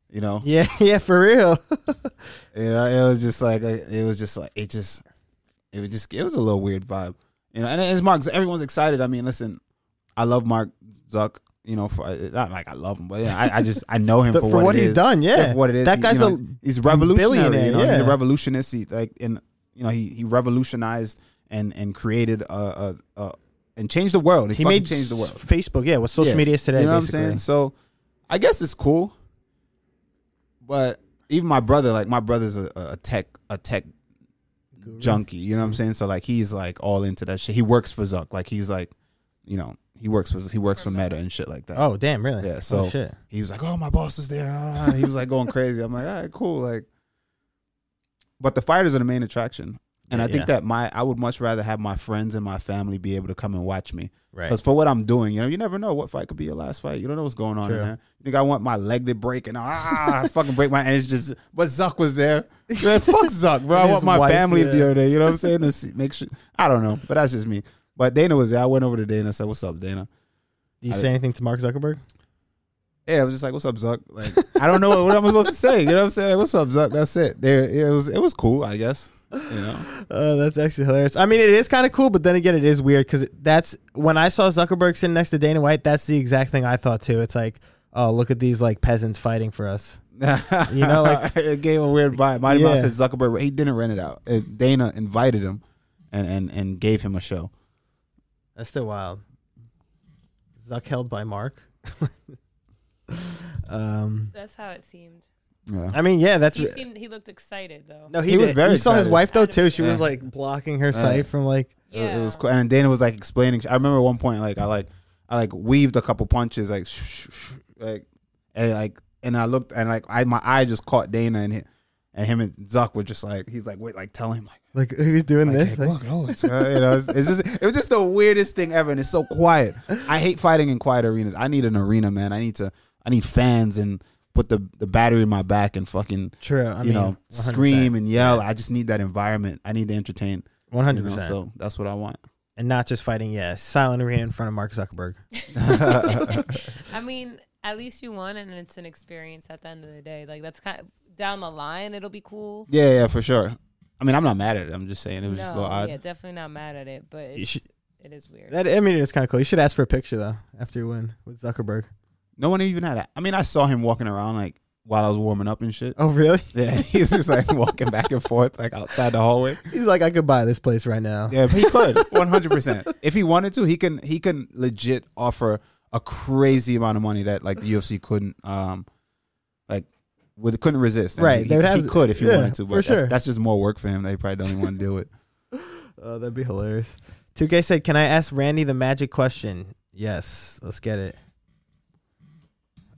you know,
Yeah, (laughs) yeah, for
(laughs)
real.
you know, it was just like it was just like it just it was just it was a little weird vibe. You know, and it's Mark. Everyone's excited. I mean, listen, I love Mark Zuck. You know, for not like I love him, but yeah, I, I just I know
(laughs)
him
But
for,
for
what,
what
it
he's
is.
done, yeah.
for what it is.
That
He-
guy's
you know,
a
he's revolutionary.
billionaire,
You know, he's
yeah.
a revolutionist. He, like and you know, he he revolutionized and and created a a, a and changed the world. He,
He
fucking
made
changed the world.
Facebook, yeah, what social
Yeah.
media is today.
You know
basically.
what I'm saying? So I guess it's cool, but even my brother, like my brother's a, a tech a tech junkie. You know what I'm saying? So like he's like all into that shit. He works for Zuck. Like he's like, you know, he works for he works for Meta and shit like that.
Oh damn, really?
Yeah, so
oh, shit.
he was like, "Oh, my boss was there." (laughs) Ah, He was like going crazy. I'm like, "All right, cool." Like, but the fighters are the main attraction, and I think
Yeah.
that my I would much rather have my friends and my family be able to come and watch me
Right.
because for what I'm doing, you know, you never know what fight could be your last fight. You don't know what's going on in
True.
there. You think I want my leg to break and ah, (laughs) I fucking break my and it's just. But Zuck was there.
(laughs)
Man, fuck Zuck, bro.
And
I
his
want my
wife,
family to be
yeah.
over there. You know what I'm
(laughs)
saying? To see- make sure. I don't know, but that's just me. But Dana was there. I went over to Dana. said, "What's up, Dana?"
Do you say anything to Mark Zuckerberg?
Yeah, I was just like, "What's up, Zuck?" Like, I don't know what, I'm supposed to say. You know what I'm saying? Like, "What's up, Zuck?" That's it. There, it was. It was cool, I guess. You know,
Uh, that's actually hilarious. I mean, it is kind of cool, but then again, it is weird because that's when I saw Zuckerberg sitting next to Dana White. That's the exact thing I thought too. It's like, oh, look at these like peasants fighting for us. You know, like-
(laughs) it gave a weird vibe. Mighty Mouse
Yeah.
said Zuckerberg. He didn't rent it out. Uh, Dana invited him, and and and gave him a show.
That's still wild. Zuck held by Mark. um,
That's how it seemed.
Yeah.
I mean, yeah, that's
He seemed he looked excited though.
no. He,
He was
did.
very
You saw his
excited.
wife though too. She was
Yeah.
like blocking her sight from like.
It was- It, was cool. And Dana was like explaining. I remember one point, like I like I like weaved a couple punches, like sh- sh- sh- like and like and I looked and like I my eye just caught Dana and him, and him and Zuck were just like he's like wait like tell him like.
Like (laughs) he was doing
Like,
this.
hey,
like-
look, oh, it's, uh, you know, it's, it's just it was just the weirdest thing ever, and it's so quiet. I hate fighting in quiet arenas. I need an arena, man. I need to, I need fans and put the the battery in my back and fucking,
True. I
you
mean,
know,
100%.
scream and yell. I just need that environment. I need to entertain.
One
you
hundred
know,
percent.
so that's what I want.
and not just fighting. Yeah, silent arena in front of Mark Zuckerberg.
I mean, at least you won, and it's an experience at the end of the day. Like that's kind of down the line, it'll be cool.
Yeah, yeah, for sure. I mean, I'm not mad at it. I'm just saying it was just a
no,
little odd.
yeah, definitely not mad at it, but
You
it's,
should-
it is weird.
That I mean, it's kind of cool. You should ask for a picture though after you win with Zuckerberg. (laughs)
No one even had. A, I mean, I saw him walking around like while I was warming up and shit. (laughs)
Oh, really?
Yeah, he's just like walking back and forth like outside the hallway.
He's like, I could buy this place right now.
Yeah, he (laughs) could 100%. If he wanted to, he can he can legit offer a crazy amount of money that like the UFC couldn't um like would couldn't resist. And
Right,
he,
they would
he
have-
could if he
yeah,
wanted to, but
for
that-
sure.
that's just more work for him. They probably don't even want to do it.
Oh, that'd be hilarious. 2K said, "Can I ask Randy the magic question?" Yes, let's get it.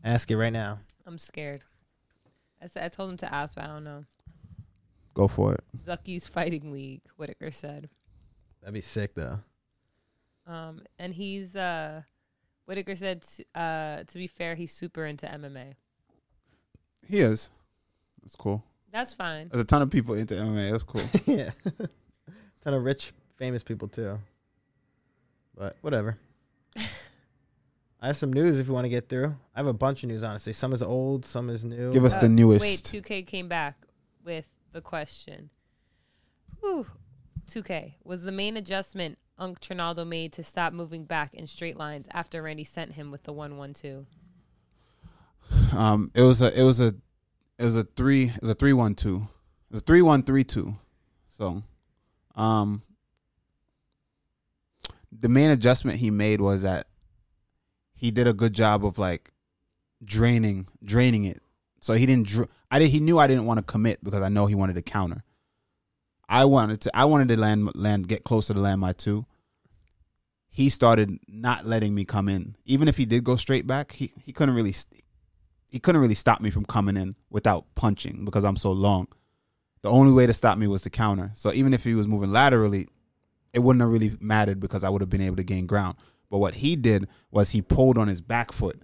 Ask it right now.
I'm scared. I said I told him to ask, but I don't know.
Go for it.
Zucky's fighting league, Whitaker said.
That'd be sick though.
Um, and he's uh, Whitaker said. t- Uh, to be fair, he's super into MMA.
He is. That's cool.
That's fine.
There's a ton of people into MMA. That's cool.
(laughs) yeah, (laughs) ton of rich, famous people too. But (laughs) whatever. I have some news if you want to get through. I have a bunch of news, honestly. Some is old, some is new.
Give us
Uh,
the newest.
Wait, 2K came back with the question. Whew. 2K was the main adjustment Unc Trinaldo made to stop moving back in straight lines after Randy sent him with the one one two?
Um, it was a it was a it was a three it was a three one two. It was a three one three two. So, um, the main adjustment he made was that he did a good job of like draining draining it. So he didn't. Dr- I did. He knew I didn't want to commit because I know he wanted to counter. I wanted to. I wanted to land land get closer to land my two. He started not letting me come in. Even if he did go straight back, he, he couldn't really st- he couldn't really stop me from coming in without punching because I'm so long. The only way to stop me was to counter. So even if he was moving laterally, it wouldn't have really mattered because I would have been able to gain ground. But what he did was he pulled on his back foot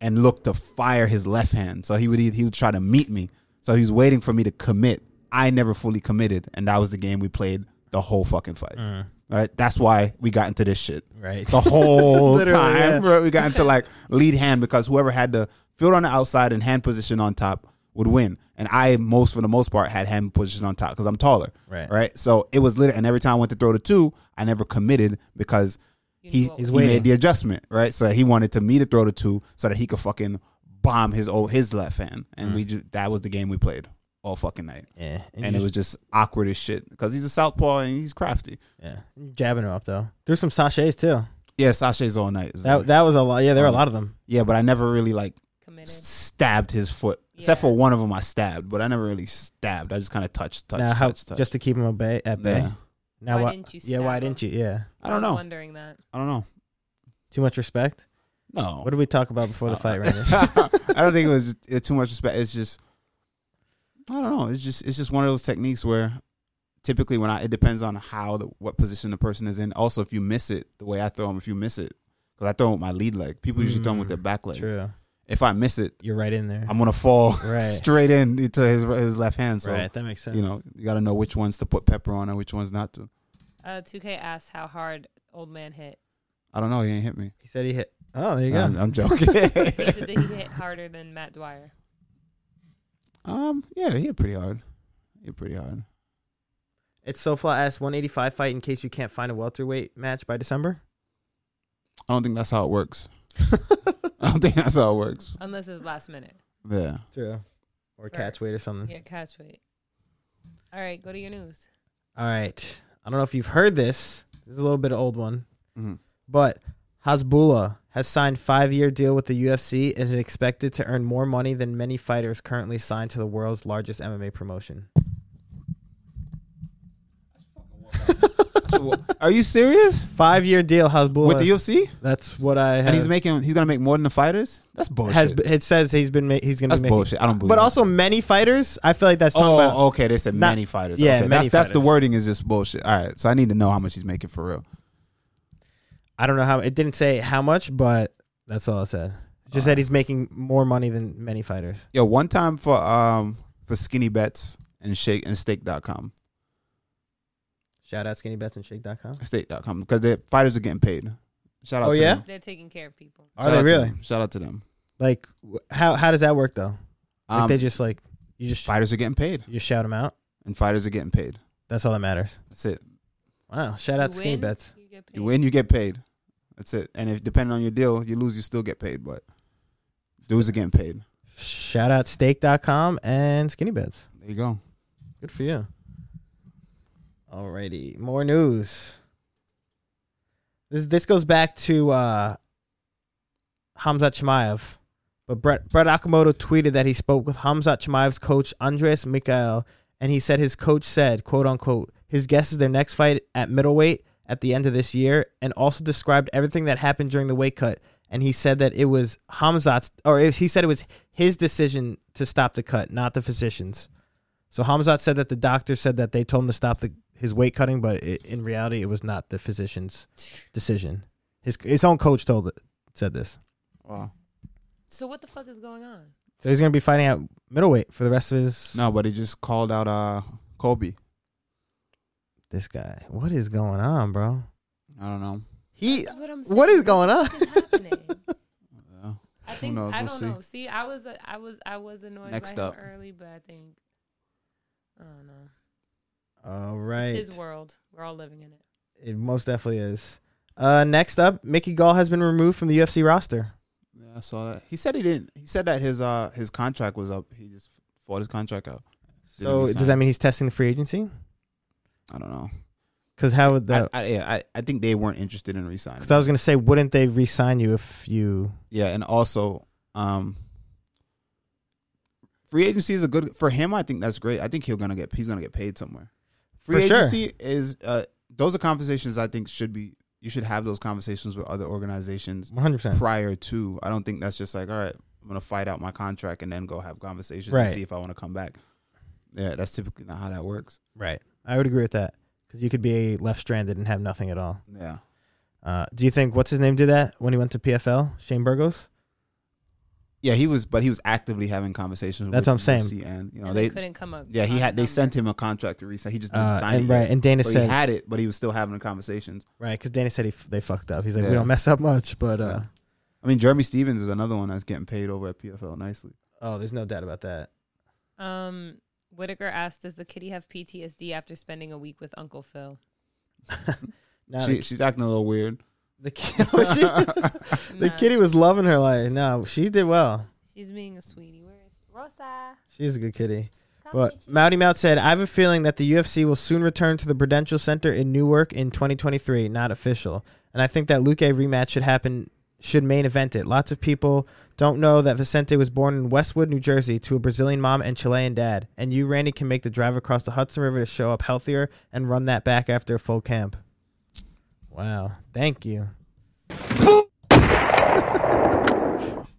and looked to fire his left hand. So he would he would try to meet me. So he was waiting for me to commit. I never fully committed, and that was the game we played the whole fucking fight. Right? That's why we got into this shit
Right.
the whole
Literally,
time.
yeah.
bro. We got into like lead hand because whoever had the field on the outside and hand position on top would win. And I most for the most part had hand position on top because I'm taller.
Right.
Right. So it was lit. And every time I went to throw the two, I never committed because
You
he,
knew what
he
He's waiting.
made the adjustment. Right. So he wanted to me to throw the two so that he could fucking bomb his old his left hand. And we ju- that was the game we played all fucking night.
Yeah.
And,
Mm. you
it was
just-
just awkward as shit because he's a southpaw and he's crafty.
yeah. You jabbing him up though. There's some sachets too.
Yeah, sachets all night. It's
That
like-
that was a lot. Yeah, there were a lot of them.
yeah, but I never really like
committed.
s- stabbed his foot. Except
Yeah.
for one of them, I stabbed, but I never really stabbed. I just kind of touched, touched,
now,
touched,
how,
touched.
just to keep him obey, at bay.
yeah.
Now,
Why
why
didn't you
yeah,
stab
why
him?
didn't you? Yeah,
I don't
was
know.
Wondering that.
I don't know.
too much respect.
No, Uh,
What did we talk about before the fight, Randy?
Oh. (laughs)
(laughs)
I don't think it was just, it's too much respect. It's just, I don't know. It's just, it's just one of those techniques where typically when I, it depends on how the, what position the person is in. Also, if you miss it, the way I throw them, if you miss it, because I throw 'em with my lead leg. People usually throw 'em with
Mm,
their back leg.
True,
If I miss it,
you're right in there.
I'm gonna fall (laughs)
Right.
straight in into his his left hand. So
right, that makes sense.
you know, you got to know which ones to put pepper on and which ones not to.
Uh, 2K asked how hard old man hit.
I don't know. He ain't hit me.
he said he hit. Oh, there you go.
I'm, I'm joking. (laughs)
He said that he hit harder than Matt Dwyer.
um, yeah, he hit pretty hard. He hit pretty hard.
It's SoFly asked 185 fight in case you can't find a welterweight match by December.
I don't think that's how it (laughs) works. I don't think that's how it works.
Unless it's last minute.
Yeah.
True. Or catch weight or something.
Yeah, catch weight. All right, go to your news.
All right. I don't know if you've heard this. This is a little bit of old one,
Mhm.
but Hasbullah has signed five year deal with the UFC and is expected to earn more money than many fighters currently signed to the world's largest MMA promotion.
Are you serious?
Five year deal, Hasbullah.
(laughs) With the UFC?
That's what I have.
And he's making. He's gonna make more than the fighters. That's bullshit.
has it says he's been ma- he's gonna
that's
be making,
bullshit. I don't believe.
but
it.
also many fighters. I feel like that's talking
oh,
about
okay. They said
Not-
many fighters.
yeah,
okay.
many
that's that's the
fighters.
wording is just bullshit. All right. So I need to know how much he's making for real.
I don't know how it didn't say how much, but that's all it said. It Just said he's making more money than many fighters.
Yo, one time for um for skinny bets and shake and stake.com.
Shout out skinnybatsandshake.com.
State.com because the fighters are getting paid. Shout out
Oh,
to
yeah?
them.
They're taking care of people.
Are
Shout
they
out to
really?
them. Shout out to them.
Like wh- how how does that work though? Like
Um,
they just like you just
fighters are getting paid,
you just shout them out.
and fighters are getting paid.
That's all that matters.
That's it.
Wow. Shout out
You
skinny
win,
bets.
You get paid.
You win, you get paid. That's it. And if depending on your deal, you lose, you still get paid. But dudes are getting paid.
Shout out steak.com and skinny bets.
There you go.
Good for you. Alrighty. More news. This this goes back to uh Hamza Chimaev. But Brett, Brett Akamoto tweeted that he spoke with Hamza Chimaev's coach, Andres Mikhail, and he said his coach said, quote unquote, his guess is their next fight at middleweight at the end of this year, and also described everything that happened during the weight cut. And he said that it was Hamzat's, or it, he said it was his decision to stop the cut, not the physician's. So Hamzat said that the doctor said that they told him to stop the, his weight cutting, but it, in reality, it was not the physician's decision. His his own coach told it, said this.
Wow.
So what the fuck is going on?
So he's going to be fighting at middleweight for the rest of his.
No, but he just called out uh Kobe.
This guy. What is going on, bro?
I don't know.
He.
That's what I'm
(laughs) What is
saying.
going on?
What the
(laughs)
fuck
(laughs)
is happening?
Uh,
I think
knows?
I
We'll
don't
see.
know. See, I was uh, I was I was annoyed
Next
by him
up.
early, but I think I don't know.
All
It's
right.
his world. We're all living in it.
It most definitely is. Uh, next up, Mickey Gall has been removed from the UFC roster.
Yeah, I saw that. He said he didn't. He said that his uh his contract was up. He just fought his contract out. Didn't
So
resign.
does that mean he's testing the free agency?
I don't know.
Because how would
I-
that?
I, yeah, I, I think they weren't interested in resigning.
Because I was gonna say, wouldn't they re-sign you if you?
yeah, and also, um, free agency is a good for him. I think that's great. I think he'll gonna get he's gonna get paid somewhere. Free
For sure.
agency is uh those are conversations I think should be you should have those conversations with other organizations
One hundred percent.
prior to. I don't think that's just like all right. I'm gonna fight out my contract and then go have conversations
Right.
and see if I want to come back. Yeah, that's typically not how that works.
Right. I would agree with that. Because you could be left stranded and have nothing at all.
Yeah.
Uh, do you think what's his name did that when he went to PFL? Shane Burgos.
Yeah, he was, but he was actively having conversations.
That's
with
what I'm saying.
UFC And you know,
And
they,
they, couldn't come up.
yeah, he
on a
had. They
number.
sent him a contract to resign. He just didn't
Uh,
sign
and
it. yet.
right. And Dana
So he
said
had it, but he was still having the conversations.
right because Dana said he f- they fucked up. He's like, we
Yeah.
don't mess up much, but uh,
I mean, Jeremy Stevens is another one that's getting paid over at PFL nicely.
oh, there's no doubt about that.
Um, Whitaker asked, "Does the kitty have PTSD after spending a week with Uncle Phil?"
Now
She, she's acting a little weird.
the, (laughs) kid,
(laughs)
she, the
Nah,
kitty was loving her like no, she did well.
she's being a sweetie. Where is she? Rosa?
She's a good kitty.
come
But
get you.
Mouty Mout said, I have a feeling that the UFC will soon return to the Prudential Center in Newark in 2023, not official. And I think that Luque rematch should happen, should main event it. Lots of people don't know that Vicente was born in Westwood, New Jersey, to a Brazilian mom and Chilean dad. And you, Randy, can make the drive across the Hudson River to show up healthier and run that back after a full camp. Wow. Thank you. (laughs)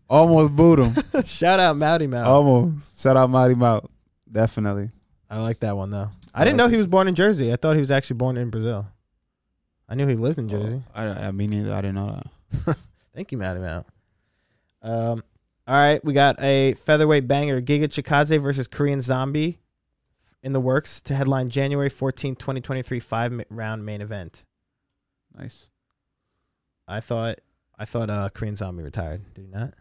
Almost booed (laughs) him.
Shout out Mouty Mout.
Almost. Shout out Mighty Mouth. Definitely.
I like that one, though. I,
I
didn't
like
know
it.
he was born in Jersey. I thought he was actually born in Brazil. I knew he lives
Oh.
in Jersey.
I, I mean, neither. I didn't know that.
Thank you, Matty Mount. Um, all right, we got a featherweight banger, Giga Chikaze versus Korean Zombie, in the works to headline January fourteenth, twenty 2023 five ma- round main event.
Nice.
I thought I thought uh, Korean Zombie retired. Did he not?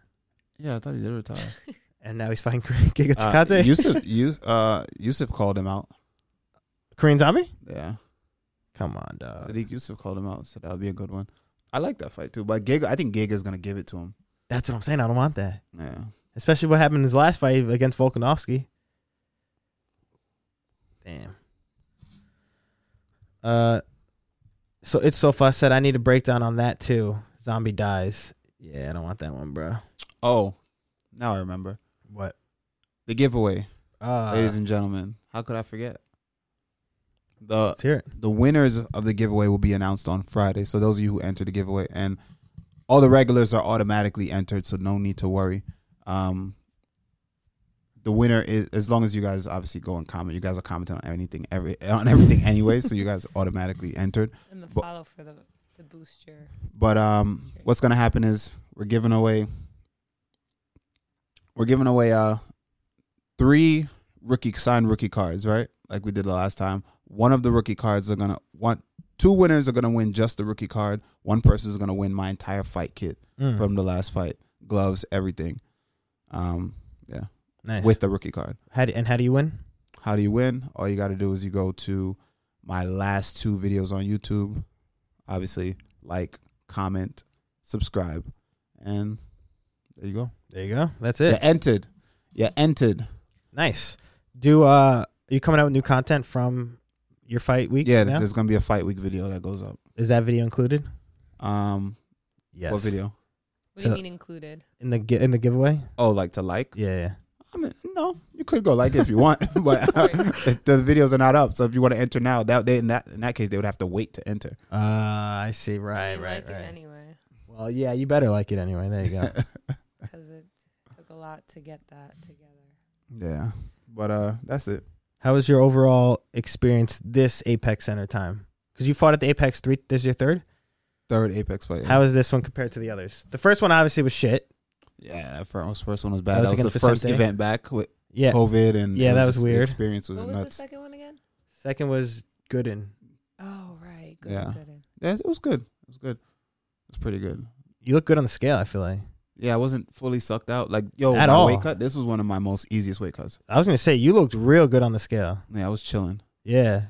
Yeah, I thought he did retire.
(laughs)
And now he's fighting (laughs) Korean- Giga
Uh,
Chikaze.
Yusuf, you, uh, Yusuf called him out.
Korean Zombie?
Yeah.
Come on, dog.
Sadiq Yusuf called him out, so that would be a good one. I like that fight too, but Giga, I think Giga's gonna give it to him.
That's what I'm saying. I don't want that,
Yeah,
especially what happened in his last fight against Volkanovski. Damn. Uh, so it's so far said I need a breakdown on that too. Zombie dies. Yeah, I don't want that one, bro.
Oh, now I remember
What?
the giveaway,
Uh,
ladies and gentlemen. How could I forget? the
let's hear it.
The winners of the giveaway will be announced on Friday. So those of you who enter the giveaway and all the regulars are automatically entered, so no need to worry. Um, the winner is as long as you guys obviously go and comment. You guys are commenting on anything, every on everything anyway, so you guys automatically entered.
And the
but-
follow for the to boost your.
But um, what's gonna happen is we're giving away we're giving away uh three rookie signed rookie cards, right? Like we did the last time. One of the rookie cards are gonna want two winners are gonna win just the rookie card. One person is gonna win my entire fight kit
Mm,
from the last fight, gloves, everything. Um,
nice.
with the rookie card.
how do, and how do you win?
How do you win? All you got to do is you go to my last two videos on YouTube. Obviously, like, comment, subscribe, and there you go.
There you go. That's
You're
it.
entered. You're entered.
Nice. Do uh, are you coming out with new content from your fight week?
Yeah,
now?
there's gonna be a fight week video that goes up.
is that video included?
Um,
Yes.
what video?
What
So-
do you
(laughs)
mean included?
in the gi- in the giveaway?
Oh, like to like?
Yeah. yeah.
I mean, no, you could go like it if you want,
(laughs)
(laughs) but
(laughs)
the videos are not up. So if you want to enter now, that they, in that in that case they would have to wait to enter.
Uh, I see. Right,
You
right,
like
right.
It anyway,
well, yeah, you better like it anyway. There you (laughs) go.
because it took a lot to get that together.
(laughs) yeah, but uh, that's it.
How was your overall experience this Apex Center time? Because you fought at the Apex three. This is your third.
Third Apex fight.
How is this one compared to the others? The first one obviously was shit.
Yeah, that first, first one was
That
bad. That
was
was,
against
the first
Vicente.
event back with
Yeah.
COVID, and
Yeah,
it
that was
just-
weird.
The experience was,
what was the
nuts.
second one again?
Second was Gooden.
Oh right, good,
Yeah.
good.
yeah, it was good. It was good. It was pretty good.
You look good on the scale. I feel like
Yeah, I wasn't fully sucked out. Like yo,
At
my
all.
weight cut. This was one of my most easiest weight cuts.
I was gonna say you looked real good on the scale.
Yeah, I was chilling.
Yeah.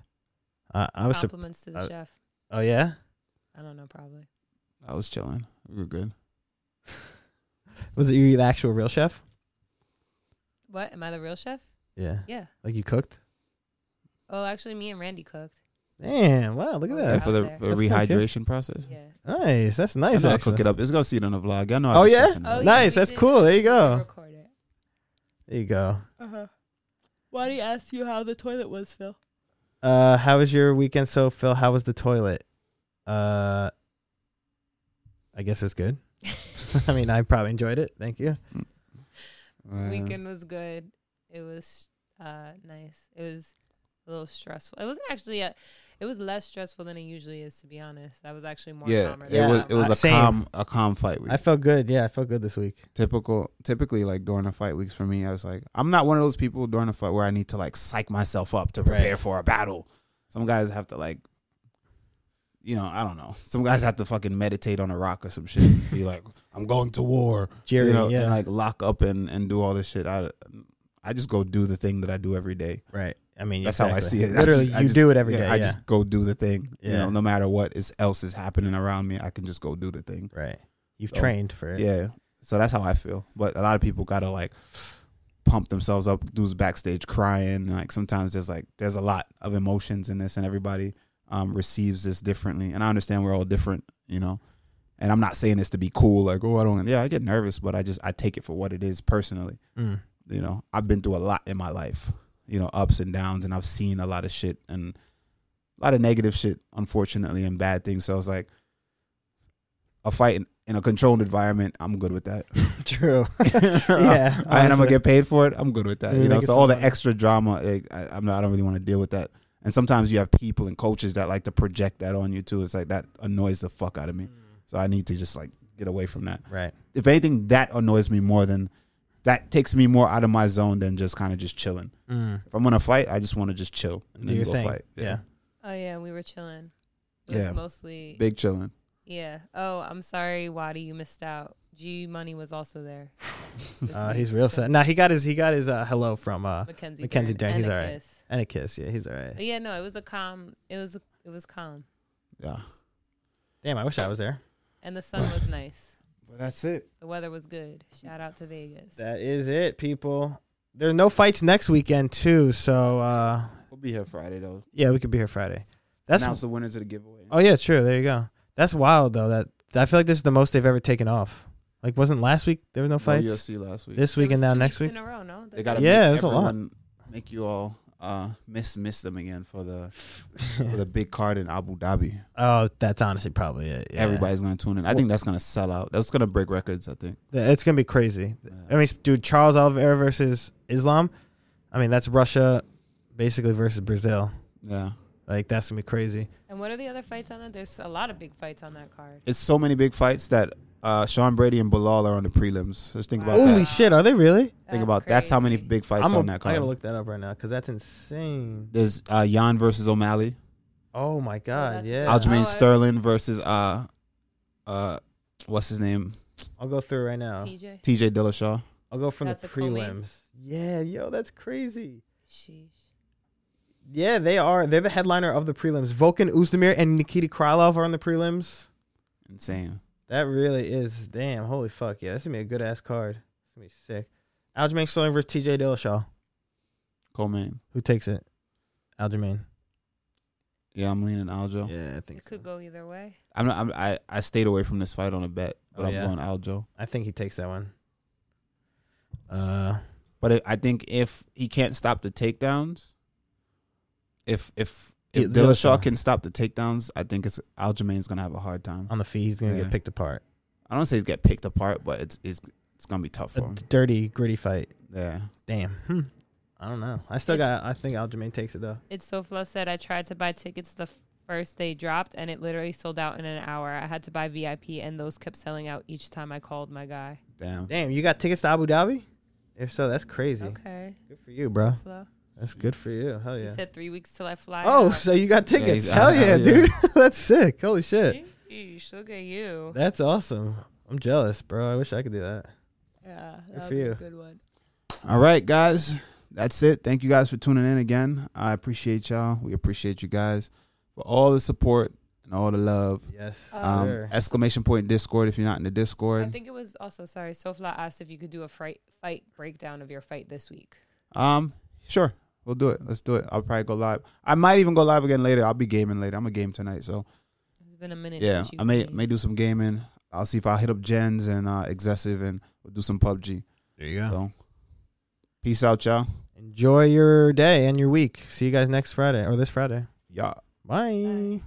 I I was. Sur-
Compliments to the
uh,
chef.
Oh yeah.
I don't know, probably.
I was chilling. We were good.
Was it you the actual real chef?
What? Am I the real chef?
Yeah.
Yeah.
Like you cooked?
Oh, actually, me and Randy cooked.
Damn! Wow! Look at
Yeah,
And
that.
for the,
out
for
there.
the
That's cool,
rehydration process.
Yeah.
Nice. That's
I
nice.
know I
actually.
cook it up. It's gonna see it on the vlog. I know.
Oh,
I be
yeah?
chefing
Oh,
it.
yeah. Nice,
we
that's
did-
cool, there you
we did
go.
Record
(laughs)
it.
There you go.
Uh huh. Why do you ask you how the toilet was, Phil?
Uh, how was your weekend, so Phil? How was the toilet? Uh, I guess it was good. (laughs) I mean, I probably enjoyed it. Thank you.
Uh,
Weekend was good. It was uh nice. It was a little stressful. It wasn't actually a. It was less stressful than it usually is, to be honest. I was actually more.
Yeah,
calmer
it
than
was
I
it was a
Same.
calm a calm fight week.
I felt good. Yeah, I felt good this week.
Typical, typically like during the fight weeks for me, I was like, I'm not one of those people during a fight where I need to like psych myself up to prepare
Right.
for a battle. Some guys have to like, you know, I don't know. Some guys have to fucking meditate on a rock or some shit. Be like, I'm going to war.
Jerry,
you know,
yeah,
and like lock up and and do all this shit. I I just go do the thing that I do every day.
right. I mean,
That's how I
exactly.
see it. I
Literally,
just- I
you
just-
do it every day.
yeah,
yeah,
I just go do the thing. You
Yeah.
know, no matter what is else is happening around me, I can just go do the thing.
right. You've
So,
trained for it.
Yeah. So that's how I feel. But a lot of people gotta like pump themselves up, dudes backstage crying. Like sometimes there's like there's a lot of emotions in this and everybody um receives this differently. And I understand we're all different, you know. And I'm not saying this to be cool, like, oh I don't yeah, I get nervous, but I just I take it for what it is personally (laughs)
Mm.
you know i've been through a lot in my life you know ups and downs and i've seen a lot of shit and a lot of negative shit unfortunately and bad things so i was like a fight in, in a controlled environment i'm good with that (laughs)
True. (laughs)
yeah and i'm
honestly.
gonna get paid for it i'm good with that
Yeah,
you know
make it
so all the
simple.
extra drama eh, I, i'm not i don't really want to deal with that and sometimes you have people and coaches that like to project that on you too it's like that annoys the fuck out of
Mm.
me so i need to just like get away from that
Right.
if anything, that annoys me more than that takes me more out of my zone than just kind of just chilling.
Mm.
If I'm gonna fight, I just want to just chill and
Do
then
your
go
thing.
fight.
Yeah.
Oh yeah, we were chilling. It was
Yeah.
mostly.
big chilling.
Yeah. Oh, I'm sorry, Wadi, you missed out. G Money was also
(laughs)
there. this
Uh,
week.
he's real sad. Nah, he got his he got his uh, hello from uh
Mackenzie.
Mackenzie
Dern
Dern,
and
he's
a
all right.
kiss.
and a kiss. Yeah, he's all right.
But yeah, no, it was a calm. It was it was calm,
Yeah,
Damn, I wish I was there.
and the sun was nice.
but that's it.
The weather was good. Shout out to Vegas.
That is it, people. There are no fights next weekend too, so uh,
We'll be here Friday though.
yeah, we could be here Friday. That's
Announce the winners of the giveaway.
oh yeah, true. There you go. That's wild though. That I feel like this is the most they've ever taken off. Like wasn't last week there were no fights.
UFC last week.
this
There
week and
was
now
two
next
weeks
week.
in a row. No,
they gotta
Yeah,
make
that's a lot.
everyone make you all uh miss miss them again for the for the big card in Abu Dhabi.
oh, that's honestly probably it. Yeah.
Everybody's gonna tune in. I think that's gonna sell out. That's gonna break records. I think.
Th- it's gonna be crazy. I
Yeah.
mean, dude, Charles Oliveira versus Islam. I mean, that's Russia basically versus Brazil.
yeah.
Like that's gonna be crazy.
And what are the other fights on that? There's a lot of big fights on that card.
it's so many big fights that uh, Sean Brady and Bilal are on the prelims. Let's think about
Wow.
Holy
that.
shit, are they really?
Think about that's how many
crazy.
big fights
I'm a,
on that
I
card.
gotta look that up right now because that's insane.
There's uh, Jan versus O'Malley,
Oh my god,
that's a
yeah.
good
I'll,
one.
Aljamain
Oh, I-
Sterling versus uh, uh, what's his name?
go through right now.
TJ.
T.J. Dillashaw.
I'll go from
That's
the
a co-main?
prelims. Yeah, yo, that's crazy.
Sheesh.
Yeah, they are. They're the headliner of the prelims. Volkan Uzdemir and Nikita Krylov are on the prelims.
Insane.
That really is damn. Holy fuck, yeah, that's gonna be a good ass card. It's gonna be sick. Aljamain Sterling versus T.J. Dillashaw.
Co-main.
Who takes it? Aljamain.
Yeah, I'm leaning Aljo.
Yeah, I think
It could
so.
go either way.
I'm not. I'm, I I stayed away from this fight on a bet, but
Oh,
I'm
yeah.
going Aljo.
I think he takes that one. Uh,
But it, I think if he can't stop the takedowns, if if if
Yeah,
Dillashaw
Dillashaw.
can stop the takedowns, I think it's Aljamain's gonna have a hard time.
on the feet, he's gonna
Yeah.
get picked apart.
I don't say he's get picked apart, but it's it's it's gonna be tough
A
for him.
dirty, gritty fight.
Yeah.
Damn. Hmm. I don't know. I still got. I think Aljamain takes it though.
It's so Flo said I tried to buy tickets the first they dropped and it literally sold out in an hour. I had to buy VIP and those kept selling out each time I called my guy.
Damn.
Damn, you got tickets to Abu Dhabi? If so, that's crazy.
Okay.
Good for you, bro.
Flo.
That's good for you. Hell
He
yeah.
said three weeks till I fly.
Oh,
out.
so you got tickets?
he's-
Hell yeah,
yeah.
dude. (laughs) that's sick. Holy shit.
Sheesh, look at you.
That's awesome. I'm jealous, bro. I wish I could do that.
Yeah,
Good
that
for
was
you.
a good one.
All right, guys. That's it. Thank you guys for tuning in again. I appreciate y'all. We appreciate you guys for all the support and all the love.
Yes.
Uh,
Um,
sir.
Exclamation point Discord if you're not in the Discord.
I think it was also sorry. Sofla asked if you could do a fight fight breakdown of your fight this week.
Um, sure, we'll do it. Let's do it. I'll probably go live. I might even go live again later. I'll be gaming later. I'm a game tonight, so
It's been a minute.
yeah,
since you
I may
played.
may do some gaming. I'll see if I hit up Jens and uh, Excessive, and we'll do some PUBG.
there you go.
So, peace out, y'all.
Enjoy your day and your week. See you guys next Friday or this Friday.
Yeah.
Bye.
Bye.